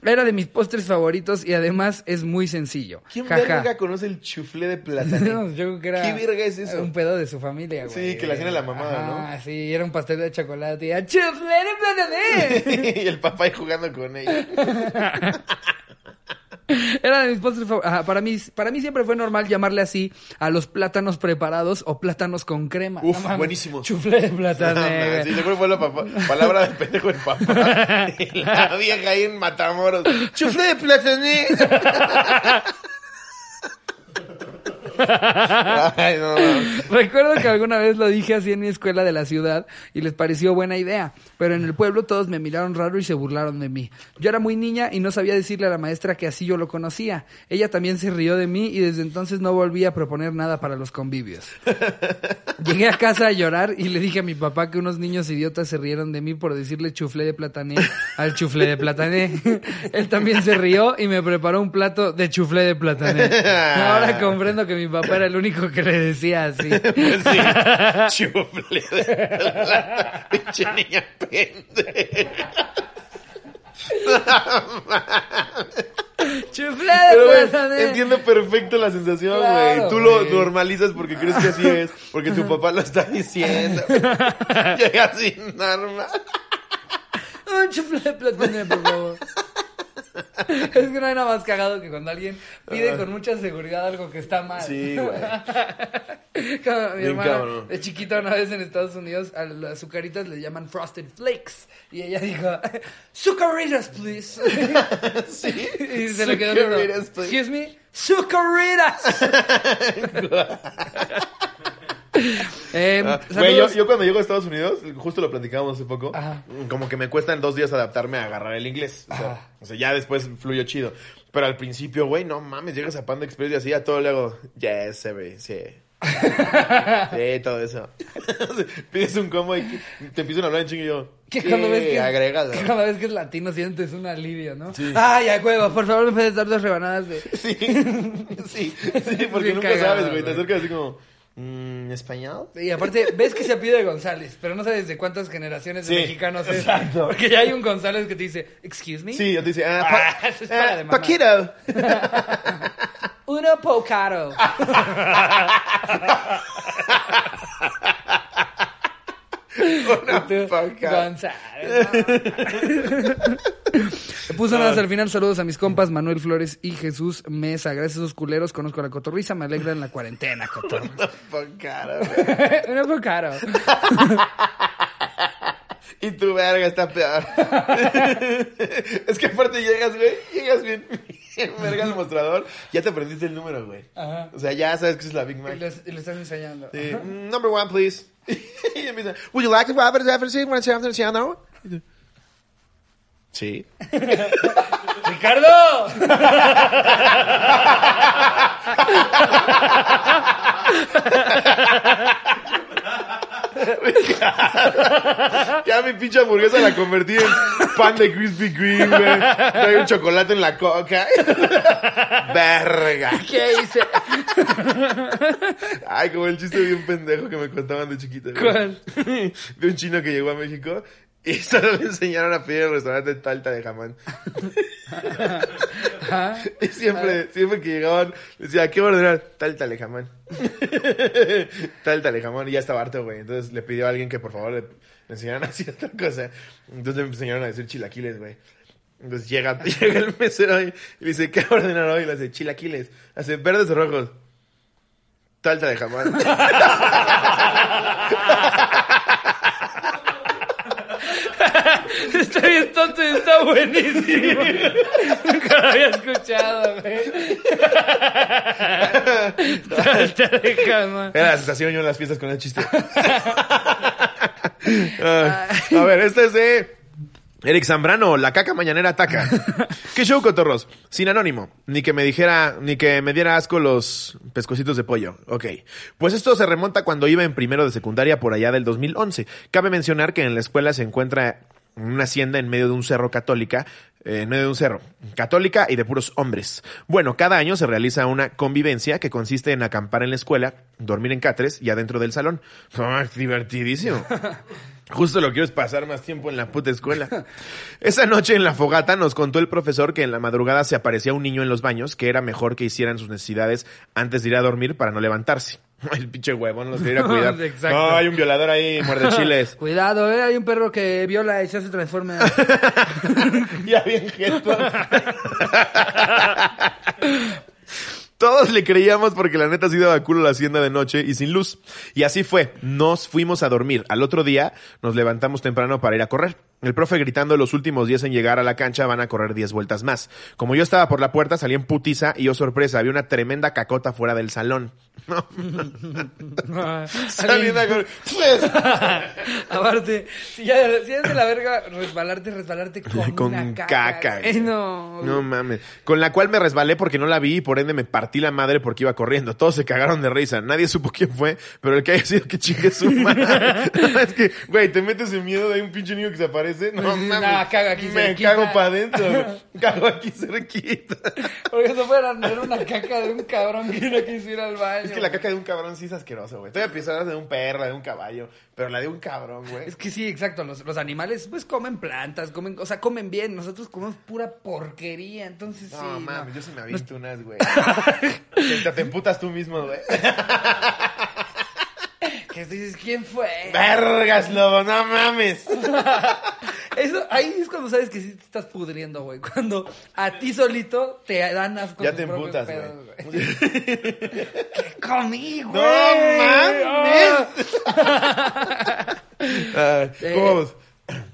Era de mis postres favoritos y además es muy sencillo.
¿Quién
Jaja.
verga conoce el chuflé de
No,
plátano?
yo creo que era
¿Qué verga es eso?
Un pedo de su familia, güey.
Sí, que le hacían a la mamada, ¿no?
Ah, sí, era un pastel de chocolate. Y era, chufle de platané.
y el papá ahí jugando con ella.
Era de mis postres favor- Ajá, para mí, para mí siempre fue normal llamarle así a los plátanos preparados o plátanos con crema.
Uf,
No mames,
buenísimo. Ah,
Chufle de plátano. güey.
Sí, seguro fue la papá- palabra del pendejo del papá. Y la vieja ahí en Matamoros. ¡Chuflé de platané! Ay, no, no.
Recuerdo que alguna vez lo dije así en mi escuela de la ciudad y les pareció buena idea, pero en el pueblo todos me miraron raro y se burlaron de mí. Yo era muy niña y no sabía decirle a la maestra que así yo lo conocía. Ella también se rió de mí y desde entonces no volví a proponer nada para los convivios. Llegué a casa a llorar y le dije a mi papá que unos niños idiotas se rieron de mí por decirle chuflé de platané al chuflé de platané. Él también se rió y me preparó un plato de chuflé de platané. Ahora comprendo que mi papá era el único que le decía así.
Pues sí, chuflé de plátano. Pinche niña pendeja.
¡Chuflé
Pero,
de
güey,
platané!
entiendo perfecto la sensación, güey.
Claro,
Tú lo
güey.
normalizas porque crees que así es, porque tu papá lo está diciendo. Llega sin arma.
Un chufle de plátano, por favor. Es que no hay nada más cagado que cuando alguien pide con mucha seguridad algo que está mal.
Ah. Sí, güey.
Como mi
Bien
hermana,
cabrón.
de chiquita una vez en Estados Unidos, a las azucaritas le llaman Frosted Flakes. Y ella dijo, Sucaritas, please.
Sí.
Y se le quedó
Qué
viendo,
mira estoy.
Excuse me, Sucaritas. Em,
Ah, Güey, yo,
saludos.
yo cuando llego a Estados Unidos, justo lo platicábamos hace poco,
Ajá.
como que me cuestan dos días adaptarme a agarrar el inglés. O sea, o sea, ya después fluyo chido. Pero al principio, güey, no mames, llegas a Panda Express y así a todo le hago, yes, every, sí. sí, todo eso. Pides un combo y que- te empiezan a hablar en chingo y yo,
Que
sí,
cuando ves que,
agrégalo.
que cuando ves que es latino sientes un alivio, ¿no? Ay, a huevo, por favor me puedes dar dos rebanadas de...
Sí, sí, sí, porque
Bien
nunca
cagado,
sabes, güey. Te
güey.
acercas así como, mm, ¿español?
Y aparte, ves que se pide González, pero no sabes de cuántas generaciones de
Sí,
mexicanos es.
exacto.
Porque ya hay un González que te dice, excuse me,
Sí, yo te dice, ah,
Ah,
pa-
eso es para
ah,
de mamá.
Paquito.
uno pocaro.
Ah, Una
Tú,
paca.
González. no. Puso nada
Ah.
al final. Saludos a mis compas Manuel Flores y Jesús Mesa. Gracias a esos culeros. Conozco a la cotorriza. Me alegra en la cuarentena, cotorriza.
Una pacara, güey.
Uno pocaro.
Y tu verga está peor. es que aparte llegas, güey, llegas bien, bien verga al mostrador. Ya te aprendiste el número, güey.
Ajá.
O sea, ya sabes que es la Big Mac.
Y lo, y lo estás ensayando.
Pues. Sí, "Mm, Number one, please. y empieza, Would you like the Robert Jefferson when I'm Luciano? Sí.
¡Ricardo!
Ya mi pinche hamburguesa la convertí en pan de Krispy Kreme, güey. Trae un chocolate en la coca. Verga.
¿Qué hice?
Ay, como el chiste bien pendejo que me contaban de chiquita. güey.
¿Cuál?
De un chino que llegó a México y solo le enseñaron a pedir en el restaurante Talta de jamón.
Ajá.
Y siempre, siempre que llegaban, decía, ¿qué va a ordenar? Talta de jamón. Talta de jamón. Y ya estaba harto, güey. Entonces le pidió a alguien que por favor le, le enseñaran así otra cosa. Entonces le enseñaron a decir chilaquiles, güey. Entonces llega, llega el mesero y, y le dice, ¿qué va a ordenar hoy? Y le hace chilaquiles. Hace verdes o rojos. Talta de jamón.
Está bien tonto y está buenísimo. Nunca lo había escuchado, güey. Salta de cama.
Era la sensación yo en las fiestas con el chiste. Ah, a ver, este es de Eric Zambrano, la caca mañanera ataca. ¿Qué show, cotorros? Sin anónimo. Ni que me dijera, ni que me diera asco los pescocitos de pollo. Ok. Pues esto se remonta cuando iba en primero de secundaria por allá del 2011. Cabe mencionar que en la escuela se encuentra una hacienda en medio de un cerro católica, eh, en medio de un cerro, católica y de puros hombres. Bueno, cada año se realiza una convivencia que consiste en acampar en la escuela, dormir en catres y adentro del salón. Ah, divertidísimo. Justo lo que quiero es pasar más tiempo en la puta escuela. Esa noche en la fogata nos contó el profesor que en la madrugada se aparecía un niño en los baños, que era mejor que hicieran sus necesidades antes de ir a dormir para no levantarse. El pinche huevón los que ir a cuidar.
Exacto.
No, hay un violador ahí, muerde chiles.
Cuidado, eh, hay un perro que viola y se hace transforma.
ya bien jetón. Todos le creíamos porque la neta ha sido a culo la hacienda de noche y sin luz. Y así fue, nos fuimos a dormir. Al otro día nos levantamos temprano para ir a correr. El profe gritando los últimos 10 en llegar a la cancha van a correr 10 vueltas más. Como yo estaba por la puerta salí en putiza y oh sorpresa, había una tremenda cacota fuera del salón. Saliendo a correr. ¡Pues!
Aparte, si ya, si es de la verga resbalarte, resbalarte con,
con
una
caca. güey.
Eh, no.
No mames. Con la cual me resbalé porque no la vi y por ende me partí la madre porque iba corriendo. Todos se cagaron de risa. Nadie supo quién fue, pero el que haya sido que chingue su madre. es que, güey, te metes en miedo de un pinche niño que se aparece. No
Pues,
mames.
nada, caga aquí
me
cerquita.
cago para adentro. güey. Cago aquí cerquita.
Porque eso fuera era una caca de un cabrón que no quisiera al baño.
es que la caca de un cabrón sí es asqueroso, güey. Todavía piensas de un perro, la de un caballo, pero la de un cabrón, güey.
Es que sí, exacto. Los, los animales, pues comen plantas, comen, o sea, comen bien. Nosotros comemos pura porquería. Entonces,
No
sí. no.
mames, yo se me aviento unas, güey. Te- te emputas tú mismo, güey.
Que tú dices, ¿quién fue?
Vergas, lobo, no mames.
Eso, ahí es cuando sabes que sí te estás pudriendo, güey. Cuando a ti solito te dan asco.
Ya
tus
te
propios
emputas,
pedos,
güey.
¿Qué comí, güey?
¡No mames! Ah,
Eh,
¿Cómo vamos?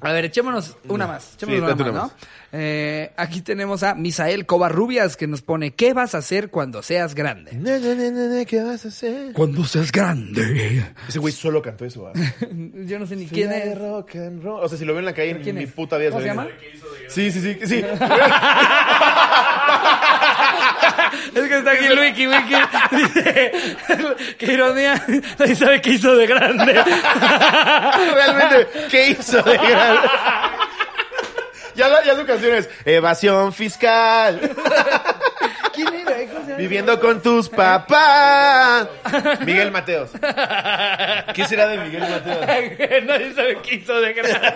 A ver, echémonos una más. Echémonos
Sí,
una
date
más,
una
¿no? Eh, aquí tenemos a Misael Covarrubias que nos pone: ¿Qué vas a hacer cuando seas grande?
Na, na, na, na, na, ¿Qué vas a hacer?
Cuando seas grande.
Ese güey solo cantó eso. ¿ah?
Yo no sé ni
Soy
quién
de
es.
rock and roll. O sea, si lo veo en la calle,
quién
mi
es?
puta vida
¿Cómo
se
se
ve.
llama?
Sí, sí, sí, sí.
Es que está aquí Luiki, Wiki. Dice, qué ironía, nadie sabe qué hizo de grande.
Realmente, ¿qué hizo de gran- Ya, la- ya su canción es Evasión fiscal,
¿Quién era? eh? ¿Cómo se llama?
viviendo con tus papás. Miguel Mateos. ¿Qué será de Miguel Mateos?
nadie sabe qué hizo de grande.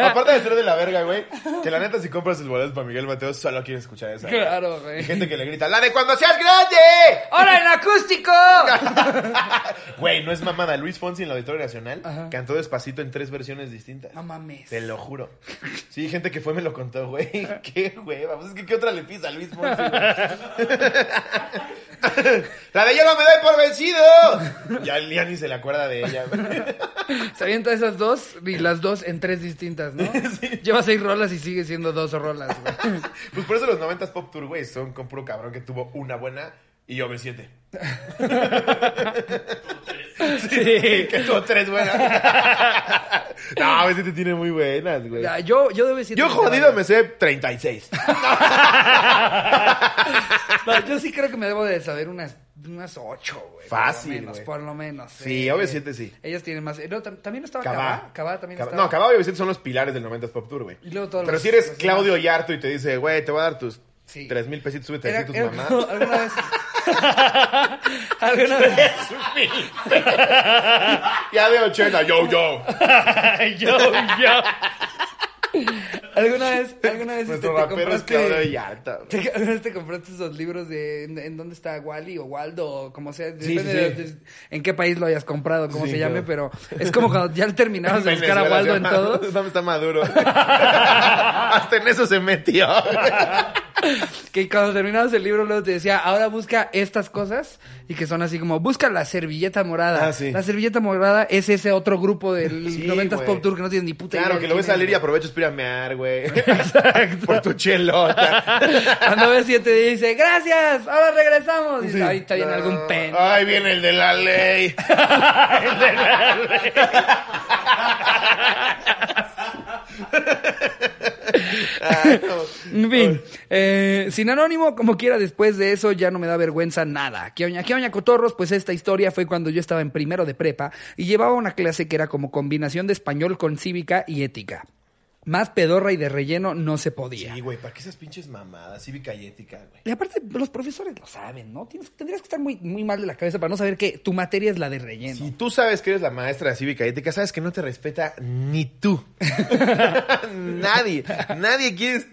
Aparte de ser de la verga, güey, que la neta si compras el boleto para Miguel Mateos solo quieres escuchar esa. güey.
Claro,
Hay
güey.
gente que le grita, ¡la de cuando seas grande!
¡Hola, en acústico!
Güey, no es mamada. Luis Fonsi en la Auditorio Nacional
Ajá.
cantó Despacito en tres versiones distintas.
No mames.
Te lo juro. Sí, gente que fue me lo contó, güey. Qué hueva. Pues es que ¿qué otra le pisa a Luis Fonsi? güey? ¡La de yo no me doy por vencido! ya, ya ni se le acuerda de ella.
Se avienta esas dos y las dos en tres distintas, ¿no? Lleva seis rolas y sigue siendo dos rolas, güey.
pues por eso los 90s Pop Tour, güey, son con puro cabrón que tuvo una buena y yo me siete. Sí, que tuvo tres buenas. no, me siete tiene muy buenas, güey.
Ya, Ah, Yo, yo debo decir...
Yo jodido me sé 36.
No, yo sí creo que me debo de saber unas, unas ocho, güey.
Fácil,
Por lo menos,
güey.
por lo menos.
Sí,
eh.
obviamente sí.
Ellas tienen más... eh, No, tam- también estaba
Cabá.
Cabá. Cabá también
Cabá-
estaba.
No, Cabá y Vicente son los pilares del 90s Pop Tour, güey.
Y luego todos
Pero
los-
si eres
los-
Claudio Yarto y te dice, güey, te voy a dar tus
Sí.
tres mil pesitos, súbete
Era-
aquí tus
era
mamás.
como alguna vez... alguna vez...
ya de 80, yo, yo.
yo, yo.
¿Alguna vez, alguna vez este,
Nuestro
te
rapero es Claudio
compraste...
Yarto. güey.
te- ¿Alguna vez te compraste esos libros de en, en dónde está Wally o Waldo o como sea?
Sí,
Depende
sí, sí.
de- de- en qué país lo hayas comprado, cómo
Sí,
se llame,
claro.
pero es como cuando ya terminabas de buscar a
Venezuela
Waldo
se
en
llama-
todos.
Está, está maduro. Hasta en eso se metió.
Que cuando terminabas el libro luego te decía, ahora busca estas cosas y que son así como, busca la servilleta morada.
Ah, sí.
La servilleta morada es ese otro grupo del
Sí,
90s
güey.
Pop Tour que no tienes ni puta idea.
Claro,
de
que lo ves
quién es,
salir y
güey.
aprovechas para ir a mear, güey. Exacto. Por tu chelota.
Cuando ves siete te dice, gracias, ahora regresamos. Y dice, ahí está bien
No.
algún pen.
Ay, viene el de la ley.
En fin, eh, sin anónimo, como quiera, después de eso ya no me da vergüenza nada. ¿Qué oña, qué oña, cotorros? Pues esta historia fue cuando yo estaba en primero de prepa y llevaba una clase que era como combinación de español con cívica y ética. Más pedorra y de relleno no se podía.
Sí, güey, ¿para qué esas pinches mamadas? Cívica y ética, güey.
Y aparte, los profesores lo saben, ¿no? Tienes, tendrías que estar muy, muy mal de la cabeza para no saber que tu materia es la de relleno.
Si tú sabes que eres la maestra de cívica y ética, sabes que no te respeta ni tú. nadie, nadie quiere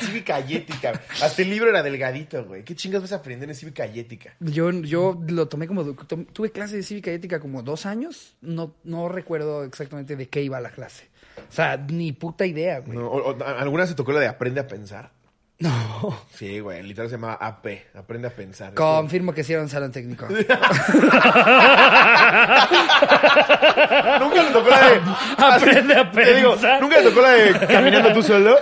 cívica y ética. Hasta el libro era delgadito, güey. ¿Qué chingas vas a aprender en cívica y ética?
Yo, yo lo tomé como... du- tom- Tuve clase de cívica y ética como dos años. No, no recuerdo exactamente de qué iba la clase. O sea, ni puta idea, güey.
No, o- o- ¿Alguna vez se tocó la de aprende a pensar?
No.
Sí, güey, literal se llamaba AP, aprende a pensar.
Confirmo que sí era un salón técnico.
Nunca le tocó la de...
Aprende a
Te digo,
pensar.
¿nunca le tocó la de caminando tú solo?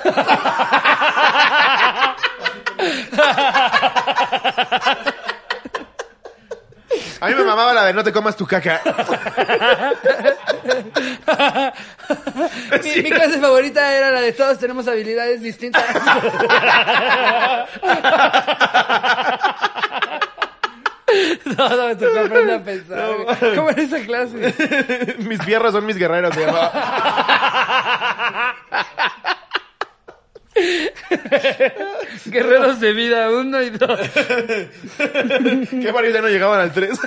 A mí me mamaba la de no te comas tu caca.
mi, mi clase favorita era la de todos tenemos habilidades distintas. no, no, me tocó aprender a pensar. güey. ¿Cómo era esa clase?
mis fierros son mis guerreros, se llamaba.
Guerreros de vida, uno y dos.
Qué varios ya no llegaban al 3.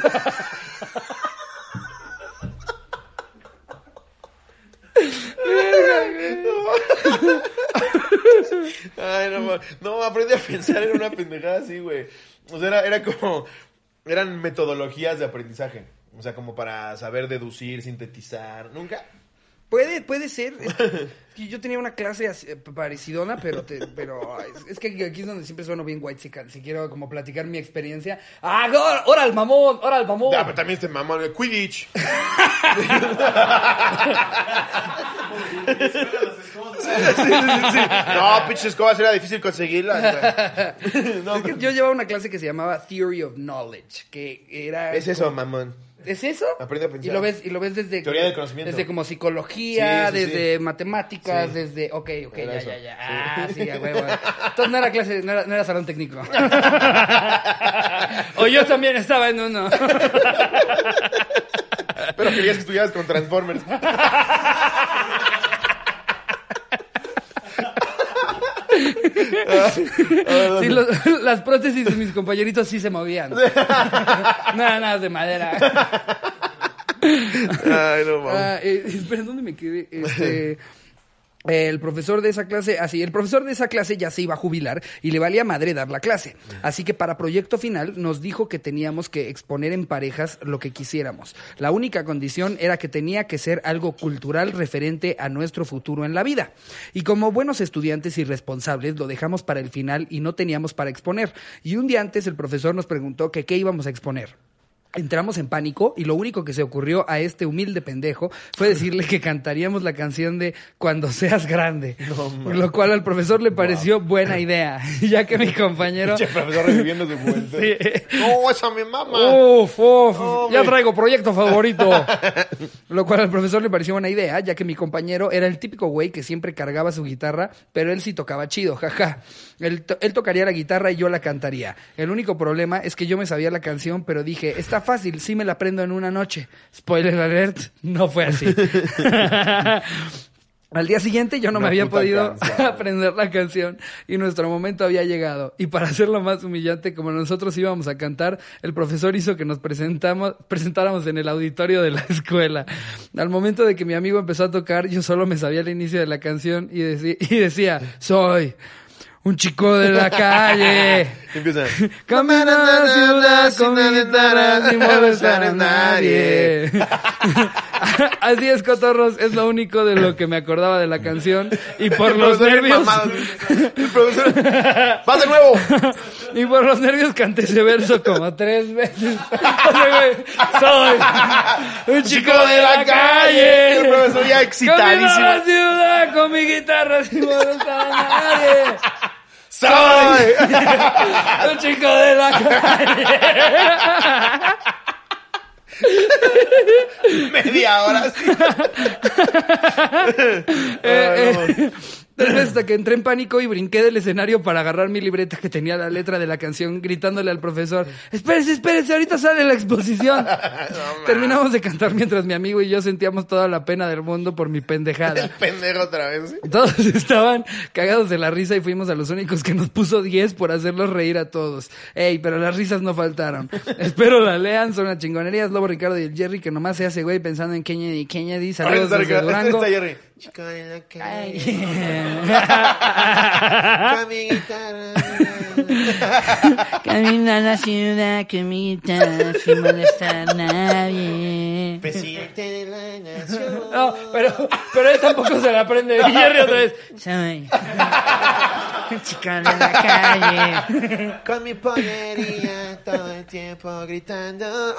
Ay, no, ma- no, aprendí a pensar en una pendejada así, güey. O sea, era, era como. Eran metodologías de aprendizaje. O sea, como para saber deducir, sintetizar. Nunca.
Puede, puede ser. Es- y yo tenía una clase así, eh, parecidona, pero, te- pero es, es que aquí es donde siempre sueno bien white Si quiero como platicar mi experiencia. ¡Ah, go- ¡Ora el mamón! ¡Ora el mamón!
Ah, pero también este mamón, el Quidditch. Sí, sí, sí. No, pinches escobas era difícil conseguirlas. güey. No,
Es que yo llevaba una clase que se llamaba Theory of Knowledge, que era...
es eso, mamón.
¿Es eso?
Aprende a pensar.
Y lo ves, y lo ves desde...
Teoría del conocimiento.
Desde como psicología,
Sí, sí,
desde matemáticas,
Sí.
desde... Ok, ok,
Era
ya,
eso.
ya, ya. Ah, sí, a huevo. Entonces no era clase, no era, no era salón técnico. o yo también estaba en uno.
Pero querías que estuvieras con Transformers.
Sí, los- las prótesis de mis compañeritos sí se movían. no era nada de madera.
Ay, no, mamón.
Ah, eh, espera, ¿dónde me quedé? Este, El profesor de esa clase, así, el profesor de esa clase ya se iba a jubilar y le valía madre dar la clase. Así que para proyecto final nos dijo que teníamos que exponer en parejas lo que quisiéramos. La única condición era que tenía que ser algo cultural referente a nuestro futuro en la vida. Y como buenos estudiantes y responsables lo dejamos para el final y no teníamos para exponer. Y un día antes el profesor nos preguntó que qué íbamos a exponer. Entramos en pánico y lo único que se ocurrió a este humilde pendejo fue decirle que cantaríamos la canción de Cuando seas grande, lo cual al profesor le pareció buena idea, ya que mi compañero...
Pinche profesor reviviendo su juventud.
Sí. Oh.
No, esa mi mamá.
Uf, uf,
No,
ya
hombre.
traigo proyecto favorito. Lo cual al profesor le pareció buena idea, ya que mi compañero era el típico güey que siempre cargaba su guitarra, pero él sí tocaba chido, jaja. Él, to- él tocaría la guitarra y yo la cantaría. El único problema es que yo me sabía la canción, pero dije, está fácil, sí me la aprendo en una noche. Spoiler alert, no fue así. Al día siguiente yo no me
Una
había
puta
podido
canción.
aprender la canción y nuestro momento había llegado. Y para hacerlo más humillante, como nosotros íbamos a cantar, el profesor hizo que nos presentamos, presentáramos en el auditorio de la escuela. Al momento de que mi amigo empezó a tocar, yo solo me sabía el inicio de la canción y, decí- y decía, soy un chico de la calle.
Empieza.
Caminando en la ciudad con mi guitarra sin molestar a nadie. Así es, cotorros, es lo único de lo que me acordaba de la canción y por los nervios
El profesor. ¡Vas de nuevo!
y por los nervios canté ese verso como tres veces. O sea, güey, soy un chico de la calle.
El profesor ya
Caminando en la
excitadísimo.
ciudad con mi guitarra sin molestar a nadie.
¡Soy!
Un chico de la
Media hora sí. Ah,
Eh, eh, Tal vez hasta que entré en pánico y brinqué del escenario para agarrar mi libreta que tenía la letra de la canción, gritándole al profesor, espérese, espérese, ahorita sale la exposición. Terminamos de cantar mientras mi amigo y yo sentíamos toda la pena del mundo por mi
El
pendejada.
pendejo otra vez. ¿sí?
Todos estaban cagados de la risa y fuimos a los únicos que nos puso 10 por hacerlos reír a todos. Ey, pero las risas no faltaron. Espero la lean, son las chingonerías. Lobo Ricardo y el Jerry que nomás se hace güey pensando en Kennedy. Kennedy, saludos
Ahorita
desde
está, ahorita
Durango.
está Jerry. Chico de la calle. con mi guitarra.
Camina a la ciudad que mi guitarra sin molestar a nadie.
Presidente de la nación.
No, pero, pero él tampoco se la aprende. Y Jerry otra vez.
Soy un chico de la calle.
Con mi pollería todo el tiempo gritando.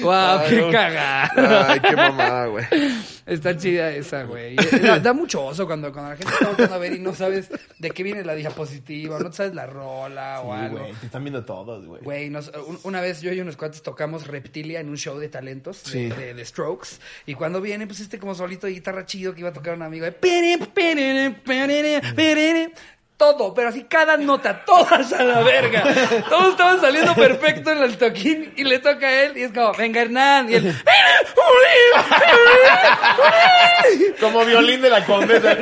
Wow,
Ay,
qué
no.
cagada.
Ay, qué mamada, güey.
Está chida esa, güey. Da, da mucho oso cuando, cuando la gente está volviendo a ver y no sabes de qué viene la diapositiva, o no sabes la rola o algo.
Güey, te están viendo todos, güey.
Güey, nos- un- una vez yo y unos cuates tocamos Reptilia en un show de talentos de-
Sí.
de, de Strokes. Y cuando viene, pues este como solito de guitarra chido que iba a tocar un amigo de. "Pere, pere, pere, pere". Todo, pero así cada nota, todas a la verga. Todos estaban saliendo perfecto en el toquín y le toca a él y es como, venga Hernán. Y él, "Pere, pere, pere".
Como violín de la condesa.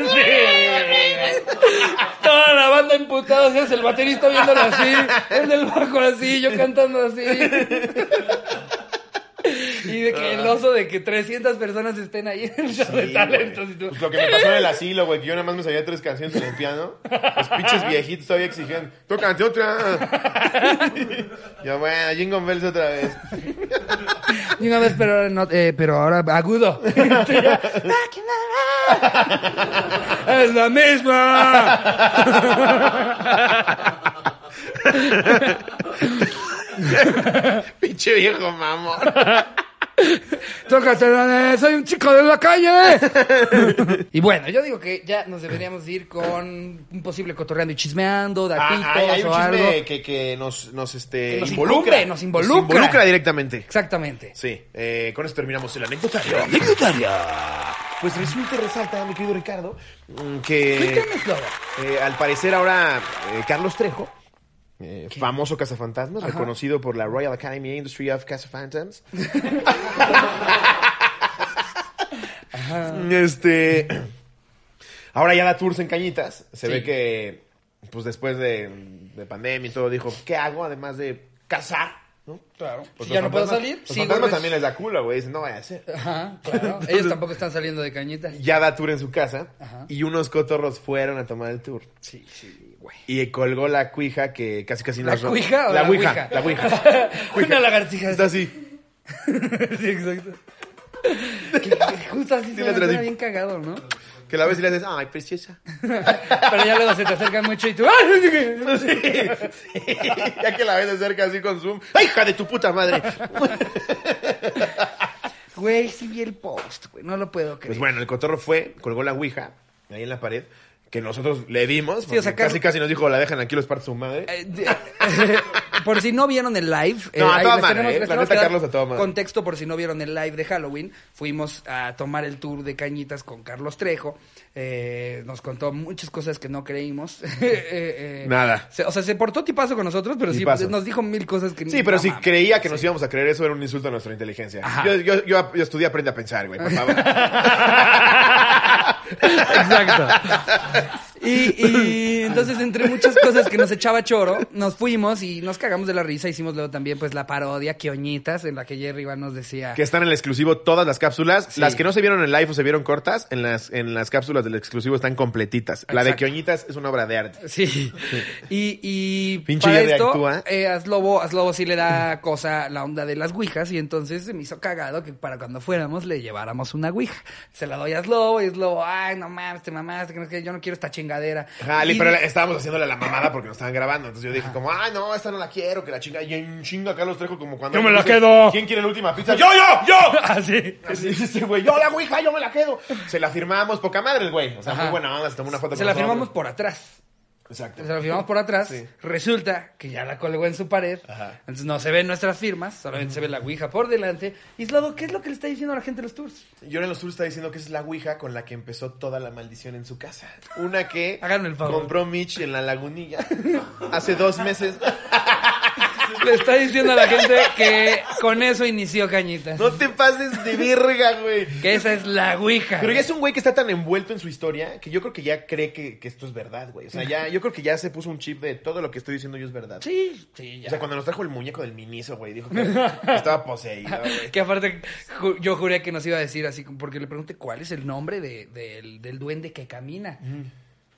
Toda la banda emputada, o sea, es el baterista viéndolo así, el del bajo así, yo cantando así. Y de que el oso de que 300 personas estén ahí en el show de talentos. y tú-
Pues lo que me pasó en el asilo, güey, que yo nada más me sabía tres canciones en el piano. Los pinches viejitos todavía exigían, tócate otra. yo, bueno, Jingle Bells otra vez.
Y una vez, pero ahora, no- eh, pero ahora agudo. Tú ya, ¡Es la misma!
Pinche viejo mamón.
Tócate, nene, soy un chico de la calle. y bueno, yo digo que ya nos deberíamos ir con un posible cotorreando y chismeando,
Ah,
datitos
hay, hay un
o algo.
chisme que, que nos, nos, este,
Que nos
involucra.
incumbe, nos involucra.
Nos involucra directamente.
Exactamente.
Sí, eh, con eso terminamos el anecdotario. Pues resulta y resalta, mi querido Ricardo, mm, que
Cuéntanos, Lobo.
eh, al parecer ahora eh, Carlos Trejo, eh, famoso cazafantasmas, reconocido por la Royal Academy Industry of Cazafantasms, este, ahora ya da tours en Cañitas. Se
Sí.
ve que, pues después de, de pandemia y todo, dijo, ¿qué hago además de cazar? ¿no?
Claro.
Pues
si ya
los
no puedo
fantasmas-
salir,
Los
sigo
fantasmas
res-
también les da culo, güey. Dicen, no vaya a ser.
Ajá, claro. Ellos
Entonces-
tampoco están saliendo de cañitas.
Ya da tour en su casa
Ajá.
y unos cotorros fueron a tomar el tour.
Sí, sí, güey.
Y colgó la cuija que casi casi
¿La
nos ro-
cuija o
la
la
ouija?
ouija?
La ouija.
Una lagartija.
Está así.
sí, exacto. Que- que Justo así se
la
me
traducí.
bien cagado, ¿no?
Que la ves y le haces, ay, preciosa.
Pero ya luego se te acerca mucho y tú... ¡Ah!
Sí, sí. Ya que la ves de cerca así con zoom. ¡Ay, hija de tu puta madre!
Güey, sí vi el post, güey. No lo puedo creer.
Pues bueno, el cotorro fue, colgó la ouija ahí en la pared, que nosotros le dimos.
Sí, o sea,
porque casi
Carlos-
casi nos dijo, la dejan aquí los partes su madre.
Eh, de- por si no vieron el live, eh,
No, a
ahí
toda
les
madre,
tenemos-
eh.
les
La
tenemos que
neta,
dar
Carlos, a toda madre.
Contexto por si no vieron el live de Halloween, fuimos a tomar el tour de Cañitas con Carlos Trejo. eh, nos contó muchas cosas que no creímos. Eh, eh,
Nada.
se- o sea, se portó tipazo con nosotros, pero sí
Tipazo.
nos dijo mil cosas que
Sí, pero
no
si
mames.
creía que nos íbamos a creer eso, era un insulto a nuestra inteligencia.
Ajá.
Yo, yo, yo, yo estudié Aprende a Pensar, güey, por favor.
Exacto. Y, y entonces, entre muchas cosas que nos echaba choro, nos fuimos y nos cagamos de la risa. Hicimos luego también, pues, la parodia Quioñitas, en la que Jerry Iván nos decía.
que están en el exclusivo todas las cápsulas.
Sí.
Las que no se vieron en live o se vieron cortas, en las, en las cápsulas del exclusivo están completitas. La de
Exacto.
Quioñitas es una obra de arte.
Sí. Y, y
Pinche
para
Jerry
esto,
actúa.
eh, a Slobo, a Slobo sí le da cosa la onda de las ouijas y entonces se me hizo cagado que para cuando fuéramos le lleváramos una ouija. Se la doy a Slobo y Slobo, ay, no mames, te mamaste, que no sé qué, yo no quiero esta chingadera.
Ajá, Lee,
Y-
pero la- estábamos haciéndole la mamada porque nos estaban grabando. Entonces yo dije como, ay, no, esta no la quiero, que la chinga. Y en chinga Carlos Trejo como cuando...
Yo me la
dice,
quedo.
¿Quién quiere la última pizza? ¡Yo, yo, yo!
Ah,
Así.
Así dice, güey, yo la ouija, yo me la quedo. Se la firmamos, poca madre, el güey. O sea,
Ajá.
muy buena onda, se tomó una foto
se
con
la
nosotros.
firmamos por atrás.
Exacto.
Se la firmamos por atrás.
Sí.
Resulta que ya la colgó en su pared.
Ajá.
Entonces no se ven nuestras firmas, solamente se ve la ouija por delante. Y Slobo, ¿qué es lo que le está diciendo a la gente en los tours?
Lloran los Sur está diciendo que esa es la ouija con la que empezó toda la maldición en su casa. Una que
Háganme el favor.
compró Mitch en la lagunilla hace dos meses.
Le está diciendo a la gente que con eso inició Cañitas.
No te pases de verga, güey.
Que esa es la Ouija.
Pero ya es un güey que está tan envuelto en su historia que yo creo que ya cree que, que esto es verdad, güey. O sea, ya, yo creo que ya se puso un chip de todo lo que estoy diciendo yo es verdad.
Sí, sí, ya.
O sea, cuando nos trajo el muñeco del miniso, güey, dijo que estaba poseído, güey.
que aparte ju- yo juré que nos iba a decir así, porque le pregunté cuál es el nombre de- del, del duende que camina.
Mm.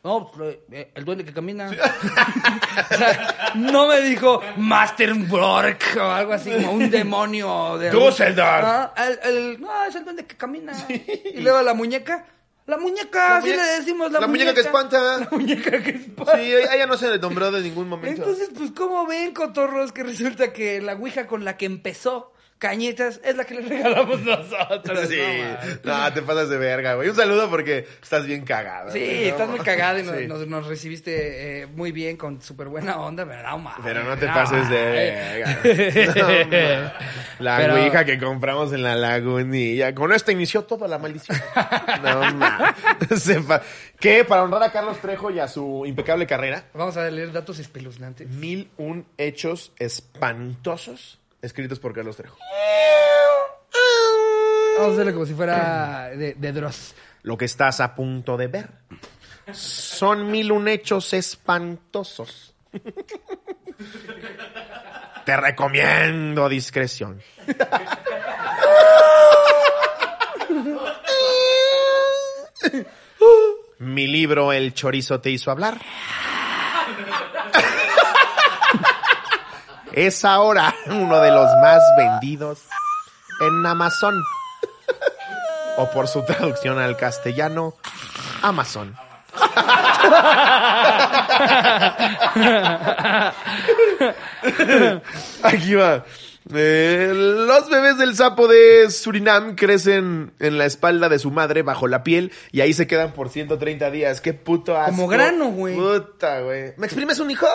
No, pues, lo- eh, el duende que camina. o sea, no me dijo Master Bork o algo así, como un demonio de...
Dusseldorf.
Ah, el- el- no, es el duende que camina. Y luego la muñeca. La muñeca,
La
así
muñe-
Ah, le decimos la,
la muñeca que espanta.
La muñeca que espanta.
Sí, ella no se deslumbró de ningún momento.
Entonces, pues, ¿cómo ven, cotorros, que resulta que la ouija con la que empezó Cañetas es la que le regalamos nosotros?
Sí,
No, mames.
no, te pasas de verga, güey. Un saludo porque estás bien cagado.
Sí,
güey. No,
estás muy
mames.
cagado y nos,
Sí.
nos- nos recibiste eh, muy bien, con súper buena onda, pero no eh, mames.
Pero no te pases de verga. No, mames. la
Pero-
ouija que compramos en la lagunilla. Con esta inició toda la maldición. No mames. Sepa- Que para honrar a Carlos Trejo y a su impecable carrera,
Vamos a leer datos espeluznantes.
mil un hechos espantosos escritos por Carlos Trejo.
Vamos a hacerle como si fuera de, de Dross.
Lo que estás a punto de ver son mil un hechos espantosos. Te recomiendo discreción. Mi libro El chorizo te hizo hablar. Es ahora uno de los más vendidos en Amazon o por su traducción al castellano, Amazon. Aquí va. Eh, los bebés del sapo de Surinam crecen en la espalda de su madre bajo la piel y ahí se quedan por 130 días. Qué puto asco.
Como grano, güey.
Puta, güey. ¿Me exprimes un hijo?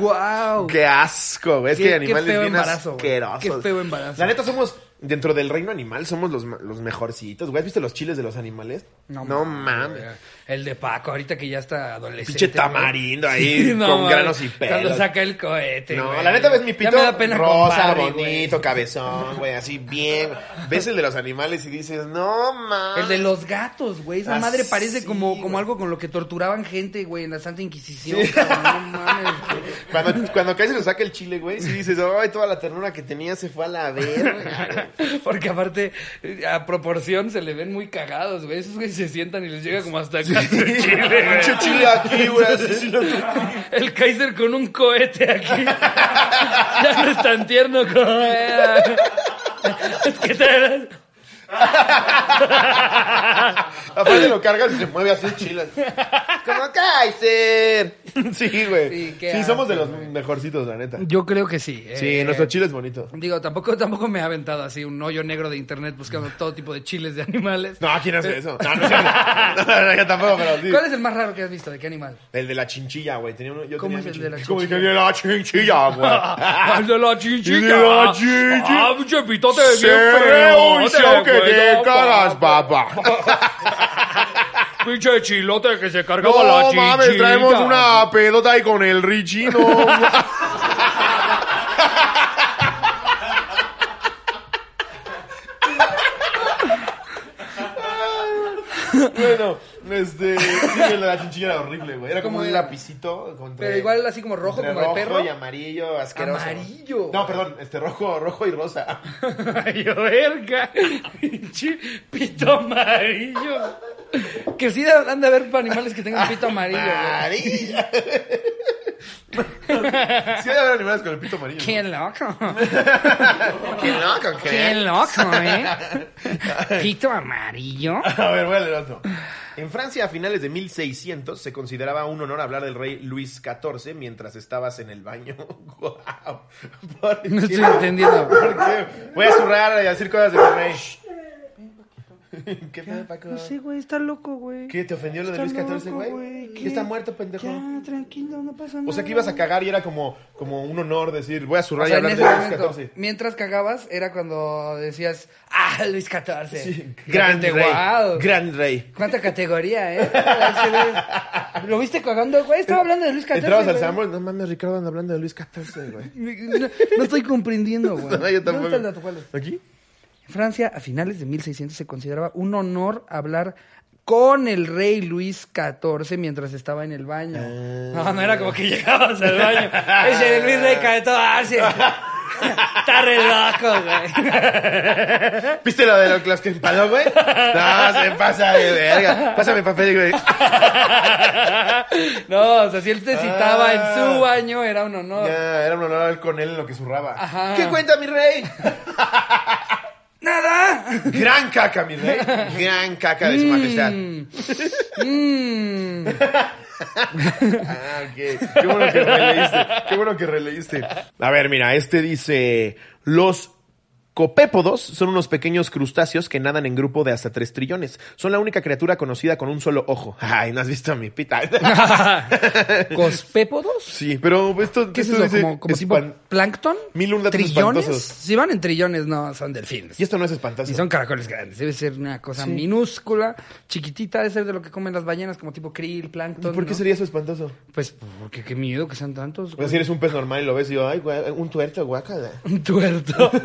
¡Guau!
Qué asco, güey. Es
Qué-
que
qué
animales
feo
bien
embarazo, güey.
asquerosos.
Qué feo embarazo.
La neta somos dentro del reino animal somos los, ma- los mejorcitos, güey. ¿Has visto los chiles de los animales? No, mames.
güey. El de Paco, ahorita que ya está adolescente.
Pinche
güey.
tamarindo ahí, con
mames.
granos y
Cuando
pelos.
saca el cohete.
No,
güey.
la neta ves mi
Ya
pito
me da pena
rosa,
compadre, güey.
bonito, cabezón, güey, así bien. Ves el de los animales y dices, no mames.
El de los gatos, güey. Esa
Ah,
madre parece
sí,
como,
güey.
como algo con lo que torturaban gente, güey, en la Santa Inquisición. cabrón. No mames, güey.
Cuando, cuando casi lo saca el chile, güey, sí dices, ay, toda la ternura que tenía se fue a la verga. güey".
Porque aparte, eh, a proporción se le ven muy cagados, güey. Esos güeyes se sientan y les llega como hasta acá. el chile, güey.
Pinche chile aquí, güey, así sí lo-
El Kaiser con un cohete aquí. ya no es tan tierno como era. Es que te-
Aparte lo cargas y se mueve así el chile. Como Kaiser. Sí, güey.
Sí,
Sí,
qué
somos de los mejorcitos, la neta.
Yo creo que sí.
Sí,
eh,
nuestro chile es bonito.
Digo, tampoco, tampoco me ha aventado así un hoyo negro de internet buscando todo tipo de chiles de animales.
No, ¿quién hace eso? No, no, es cierto. no, no, yo tampoco, pero sí.
¿Cuál es el más raro que has visto? ¿De qué animal?
El de la chinchilla, güey. Tenía uno, yo
¿Cómo
tenía
es
mi
el de la
Como el de la chinchilla, güey.
Ah, ¡El de la
¡El de la chinchilla!
¡Ah, pinche pitote bien
Se ve un
feo!
show que
güey,
te
no,
cagas,
papá.
papá.
¡Pinche chilote que se cargaba la
No
chinchilla!
mames, traemos una pedota ahí con el Richie, no mames. Bueno, este. Sí, el de la chinchilla era horrible, güey. Era como
¿Cómo
un
era?
lapicito. Contra,
Pero igual así como rojo,
entre
como el perro.
y amarillo, asqueroso.
Amarillo.
No, perdón, este rojo, rojo y rosa.
Ay, verga. Pinche pito amarillo.
Que sí han de haber animales que tengan pito amarillo,
Ah,
güey.
Amarillo. sí, hay animales con el pito amarillo.
¡Qué loco!
¿no? Qué loco, qué.
¡Qué loco, eh! ¿Pito amarillo?
A ver, voy a leer otro. En Francia, a finales de 1600, se consideraba un honor hablar del rey Luis XIV mientras estabas en el baño. ¡Guau! ¿Por
No
qué?
estoy entendiendo.
¿Por qué? Voy a zurrar y a decir cosas de mi rey. ¿Qué pedo, Paco?
No sé, güey, está loco, güey.
¿Qué? ¿Te ofendió lo de
Está
Luis XIV,
loco,
güey?
güey,
¿Qué
¿qué?
está muerto, pendejo?
Ya, tranquilo, no pasa nada.
O sea, que ibas a cagar y era como, como un honor decir, voy a
O
zurrar
sea,
y
en
hablar
ese
de Luis
momento,
XIV.
mientras cagabas, era cuando decías, ¡ah, Luis XIV!
Sí,
Fíjate,
gran rey,
guau.
gran rey.
¿Cuánta categoría, eh? Ese güey. ¿Lo viste cagando, güey? Estaba hablando de Luis XIV.
Entrabas al
güey.
Samuel, no mames, Ricardo anda hablando de Luis XIV, güey.
No, no estoy comprendiendo, güey.
No,
¿Dónde
yo
está
tampoco.
el dato? ¿Cuál es?
¿Aquí?
En Francia, a finales de 1600, se consideraba un honor hablar con el rey Luis XIV mientras estaba en el baño.
Ah.
No, no era como que llegabas al baño. Ese Luis Rey cae todo así. Está re loco, güey.
¿Eh? ¿Viste lo de los que empaló, güey? No, se pasa de verga. Pásame papel, güey.
No, o sea, si él te citaba en
Ah.
su baño, era un honor.
Ya, era un honor hablar con él en lo que zurraba.
Ajá.
¿Qué cuenta, mi rey?
¡Nada!
Gran caca, mi rey. Gran caca de su majestad.
Mm.
Ah, ok. Qué bueno que releíste. Qué bueno que releíste. A ver, mira, este dice: Los copépodos son unos pequeños crustáceos que nadan en grupo de hasta tres trillones. Son la única criatura conocida con un solo ojo. Ay, no has visto a mi pita.
¿Cospépodos?
sí, pero esto.
¿Qué es
esto
eso?
dice
¿Como, como tipo
espan-
plancton?
Mil un datos
¿Trillones?
espantosos.
Si van en trillones, no, son delfines.
Y esto no es espantazo.
Y son caracoles grandes. Debe ser una cosa minúscula, chiquitita, debe ser de lo que comen las ballenas, como tipo krill, plancton.
¿Por qué
¿no?
sería eso espantoso?
Pues porque qué miedo que sean tantos.
O sea, si eres un pez normal y lo ves y yo, ay, güey, un tuerto, guácala.
Un tuerto.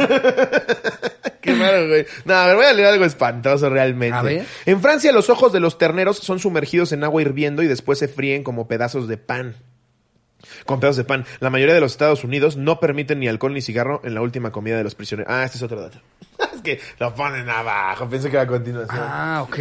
Qué raro, güey. No, a ver, voy a leer algo espantoso realmente.
A ver.
En Francia, los ojos de los terneros son sumergidos en agua hirviendo y después se fríen como pedazos de pan. Con pedazos de pan. La mayoría de los Estados Unidos no permiten ni alcohol ni cigarro en la última comida de los prisioneros. Ah, este es otro dato. es que lo ponen abajo. Pensé que era a continuación.
ah, ok.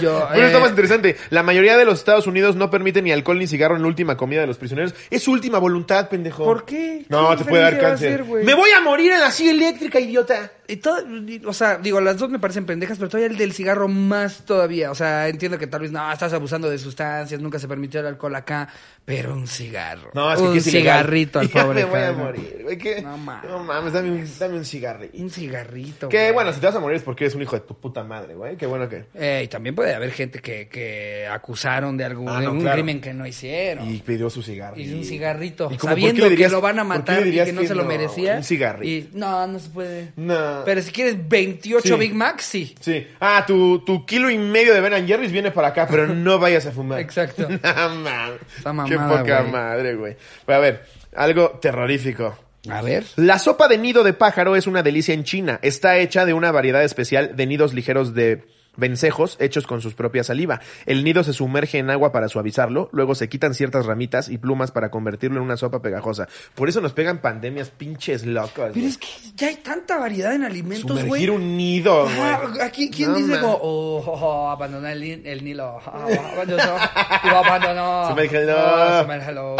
Yo,
Bueno, está
eh,
más interesante. La mayoría de los Estados Unidos no permite ni alcohol ni cigarro en la última comida de los prisioneros. Es su última voluntad, pendejo.
¿Por qué?
No,
¿Qué
te puede dar
diferencia va a
cáncer.
hacer, güey?
Me voy a morir en la silla eléctrica, idiota.
y todo- y- o sea, digo, las dos me parecen pendejas, pero todavía el del cigarro más todavía. O sea, entiendo que tal vez no, estás abusando de sustancias, nunca se permitió el alcohol acá, pero un cigarro.
No, es que
un
aquí es ilegal.
cigarrito al
Ya
pobre.
Me voy a
cabrón.
morir, güey. ¿qué?
No
No
mames.
mames. dame un, dame un cigarrillo.
Un cigarrito.
Que
güey.
bueno, si te vas a morir es porque eres un hijo de tu puta madre, güey. Qué bueno que.
Eh, y también puede haber gente que, que acusaron de algún
Ah, no,
de un
claro.
crimen que no hicieron.
Y
Y,
pidió su cigarro.
un cigarrito,
¿Y cómo, por qué
sabiendo
le dirías-
que lo van a
por qué le
matar y
dirías
que no
que
se lo
no,
merecía.
güey? Un cigarrito.
Y, no, no se puede.
No, sea.
Pero si quieres 28
Sí.
Big Macs, sí.
Sí. Ah, tu, tu kilo y medio de Ben and Jerry's viene para acá, pero no vayas a fumar.
Exacto.
No, man.
Esa mamada,
Qué poca
güey.
madre, güey. Pero a ver, algo terrorífico.
A ver.
La sopa de nido de pájaro es una delicia en China. Está hecha de una variedad especial de nidos ligeros de vencejos hechos con sus propias saliva. El nido se sumerge en agua para suavizarlo, luego se quitan ciertas ramitas y plumas para convertirlo en una sopa pegajosa. Por eso nos pegan pandemias pinches locos.
Pero
güey.
es que ya hay tanta variedad en alimentos, güey.
Sumergir un nido, güey.
Ah, aquí, ¿quién
No,
dice
man.
como, oh, oh, oh, abandonó el, ni- el Nilo? Ah, abandonó. Y lo abandonó.
Sumérgelo.
Oh, sumérgelo.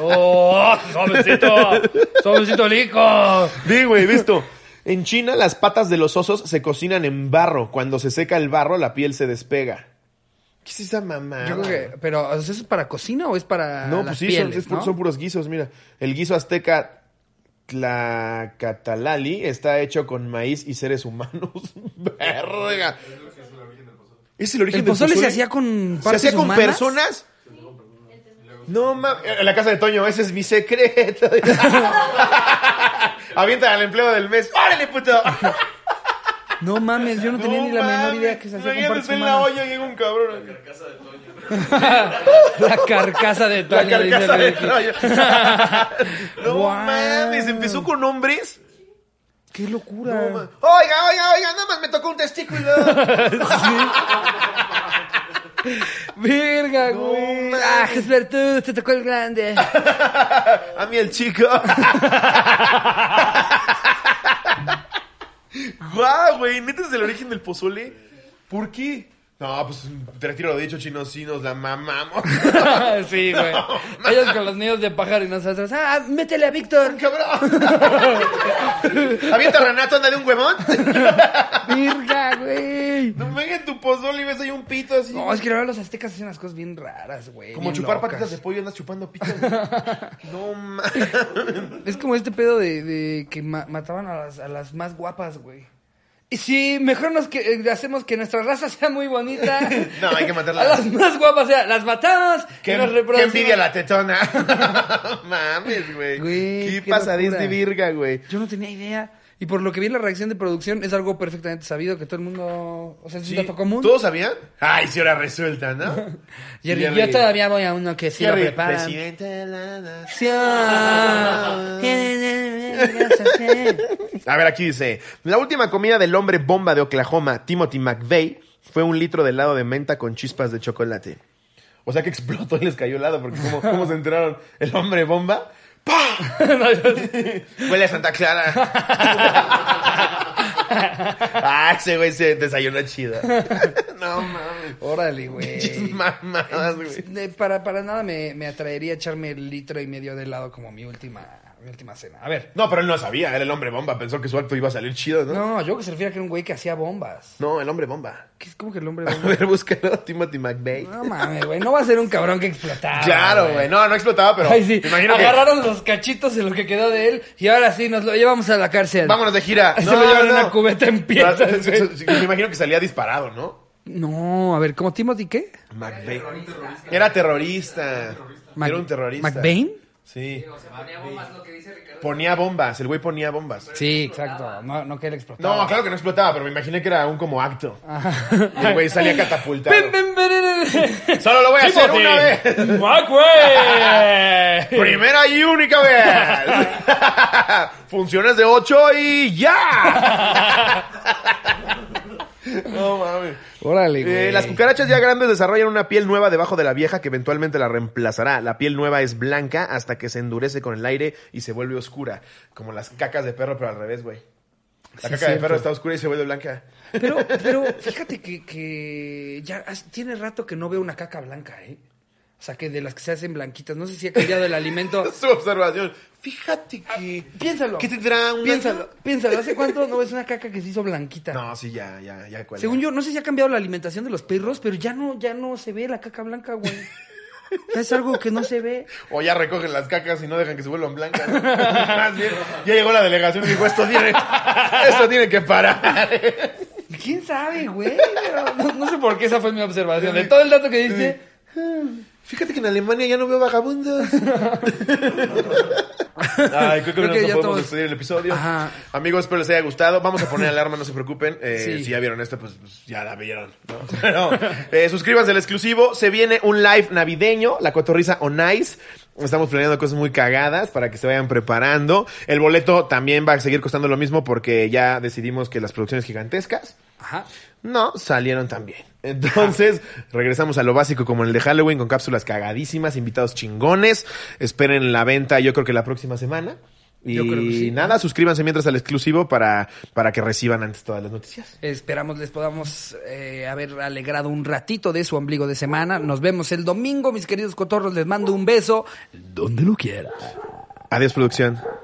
¡Oh! ¡Suavecito! ¡Suavecito lico!
Sí, güey, visto. En China las patas de los osos se cocinan en barro. Cuando se seca el barro, la piel se despega. ¿Qué es esa mamá?
Yo creo que, pero, o sea, ¿eso es para cocina o es para
No,
las
pues sí, son-
pieles,
es pu-
no?
son, puros guisos, mira. El guiso azteca Tlacatalali está hecho con maíz y seres humanos. Verga. Es el origen
¿El
del
pozole se hacía con
¿Se hacía
partes
con
humanas?
personas? No mames, en la casa de Toño, ese es mi secreto. Avienta al empleo del mes. ¡Órale, puto!
No mames, yo no tenía ni la menor
mames,
idea que se hacía con
imagínate,
partes
en la
humanas.
olla llega un cabrón.
La carcasa de
La
Toño,
carcasa
dice
de
Ricky.
Troya. no
Wow.
mames, empezó con hombres.
¡Qué locura!
No ma- Oiga, oiga, oiga, nada más me tocó un testículo.
¡Verga,
No
güey!
mames.
¡Ah, Jespertú, te tocó el grande!
A mí el chico. Guau, güey, neta es el origen del pozole. ¿Por qué? No, pues te retiro lo dicho, chinos, sí, nos la mamamos.
sí, güey. Ellos con los nidos de pájaro y nosotros, ¡ah, métele a Víctor!
Cabrón. Avienta Renato, anda de un huevón.
¡Verga, güey!
No me hagan tu pozole y ves ahí un pito así.
No, es que la verdad los aztecas hacían unas cosas bien raras, güey.
Como
bien
chupar
locas.
patitas de pollo andas chupando pitas. güey. No mames.
Es como este pedo de, de que ma- mataban a las, a las más guapas, güey. Y sí, mejor nos que, eh, hacemos que nuestra raza sea muy bonita.
No, hay que matarlas.
A las más guapas, o sea, las matamos
Qué,
y nos
qué
reproducimos.
envidia la tetona. mames, güey.
Güey,
¿Qué,
qué
pasa de
locura.
este virga, güey?
Yo no tenía idea. Y por lo que vi en la reacción de producción, es algo perfectamente sabido que todo el mundo. O sea, es
Sí,
un dato común.
¿Todos sabían? Ay, si ahora resulta, ¿no?
Jerry, yo todavía voy a uno que sí lo
Jerry,
preparan.
presidente de la nación. A ver, aquí dice: La última comida del hombre bomba de Oklahoma, Timothy McVeigh, fue un litro de helado de menta con chispas de chocolate. O sea que explotó y les cayó helado, porque ¿cómo, cómo se enteraron? El hombre bomba. ¡Pah! Huele a Santa Clara. ah, ese güey se desayunó chido. no mames.
Órale, güey.
Mamadas, Ah, güey.
De- Para, para nada me, me atraería echarme el litro y medio de helado como mi última, mi última cena. A ver.
No, pero él no sabía, era el hombre bomba. Pensó que su acto iba a salir chido, ¿no? No,
No, yo que se refiere a que era un güey que hacía bombas.
el hombre bomba.
¿Qué es como que el hombre
A
bomba?
ver, búscalo, Timothy McVeigh.
No mames, güey. No va a ser un cabrón que explotara.
Ah, claro, güey. No, no explotaba, pero.
Ay, sí.
me imagino que-
Agarraron los cachitos de lo que quedó de él y ahora sí nos lo llevamos a la cárcel.
Vámonos de gira.
Se lo llevan en una cubeta en piezas,
Pero, se-
güey.
se- se- Me imagino que salía disparado, ¿no?
No, a ver, ¿cómo Timothy qué?
McVeigh. Era terrorista.
Mac-
Era un terrorista.
¿McBain?
Sí. ponía bombas, el güey ponía bombas.
Sí, exacto. No, no que él explotara.
No, claro que no explotaba, pero me imaginé que era un como acto.
Ajá.
Y el güey salía catapultado.
Pim, pim, pim.
Solo lo voy a hacer una vez.
¡Mac, güey!
Primera y única vez. Funciones de 8 y ya. no mames.
Órale, güey.
Eh, las cucarachas ya grandes desarrollan una piel nueva debajo de la vieja que eventualmente la reemplazará. La piel nueva es blanca hasta que se endurece con el aire y se vuelve oscura. Como las cacas de perro, pero al revés, güey. La
Sí,
caca
es
de
cierto.
perro está oscura y se vuelve blanca.
Pero, pero fíjate que, que ya has- tiene rato que no veo una caca blanca, ¿eh? O sea, que de las que se hacen blanquitas. No sé si ha cambiado el alimento.
Su observación. Fíjate que.
Piénsalo.
¿Qué tendrá un
Piénsalo, piénsalo. ¿Hace cuánto no ves una caca que se hizo blanquita?
No, sí, ya, ya, ya. cuál
Según
era.
yo, no sé si ha cambiado la alimentación de los perros, pero ya no, ya no se ve la caca blanca, güey. Ya es algo que no se ve.
O ya recogen las cacas y no dejan que se vuelvan blancas. Más bien, ya llegó la delegación y dijo, esto tiene, esto tiene que parar.
¿Quién sabe, güey? Pero No, no sé por qué esa fue mi observación. De todo el dato que diste.
Hmm. Fíjate que en Alemania ya no veo vagabundos. Ay, creo que,
Creo
no
que ya
podemos
todos-
despedir el episodio.
Ajá.
Amigos, espero les haya gustado. Vamos a poner alarma, no se preocupen. Eh,
Sí.
Si ya vieron este, pues pues, ya la vieron. ¿no? Pero, eh, suscríbanse al exclusivo. Se viene un live navideño, La Cotorrisa on Ice. Estamos planeando cosas muy cagadas para que se vayan preparando. El boleto también va a seguir costando lo mismo porque ya decidimos que las producciones gigantescas
Ajá.
no salieron tan bien. Entonces, regresamos a lo básico como en el de Halloween con cápsulas cagadísimas, invitados chingones. Esperen la venta, yo creo que la próxima semana. Y
Yo creo que sí.
nada, suscríbanse mientras al exclusivo para, para que reciban antes todas las noticias.
Esperamos les podamos eh, haber alegrado un ratito de su ombligo de semana. Nos vemos el domingo, mis queridos cotorros. Les mando un beso.
Donde lo quiera.
Adiós, producción.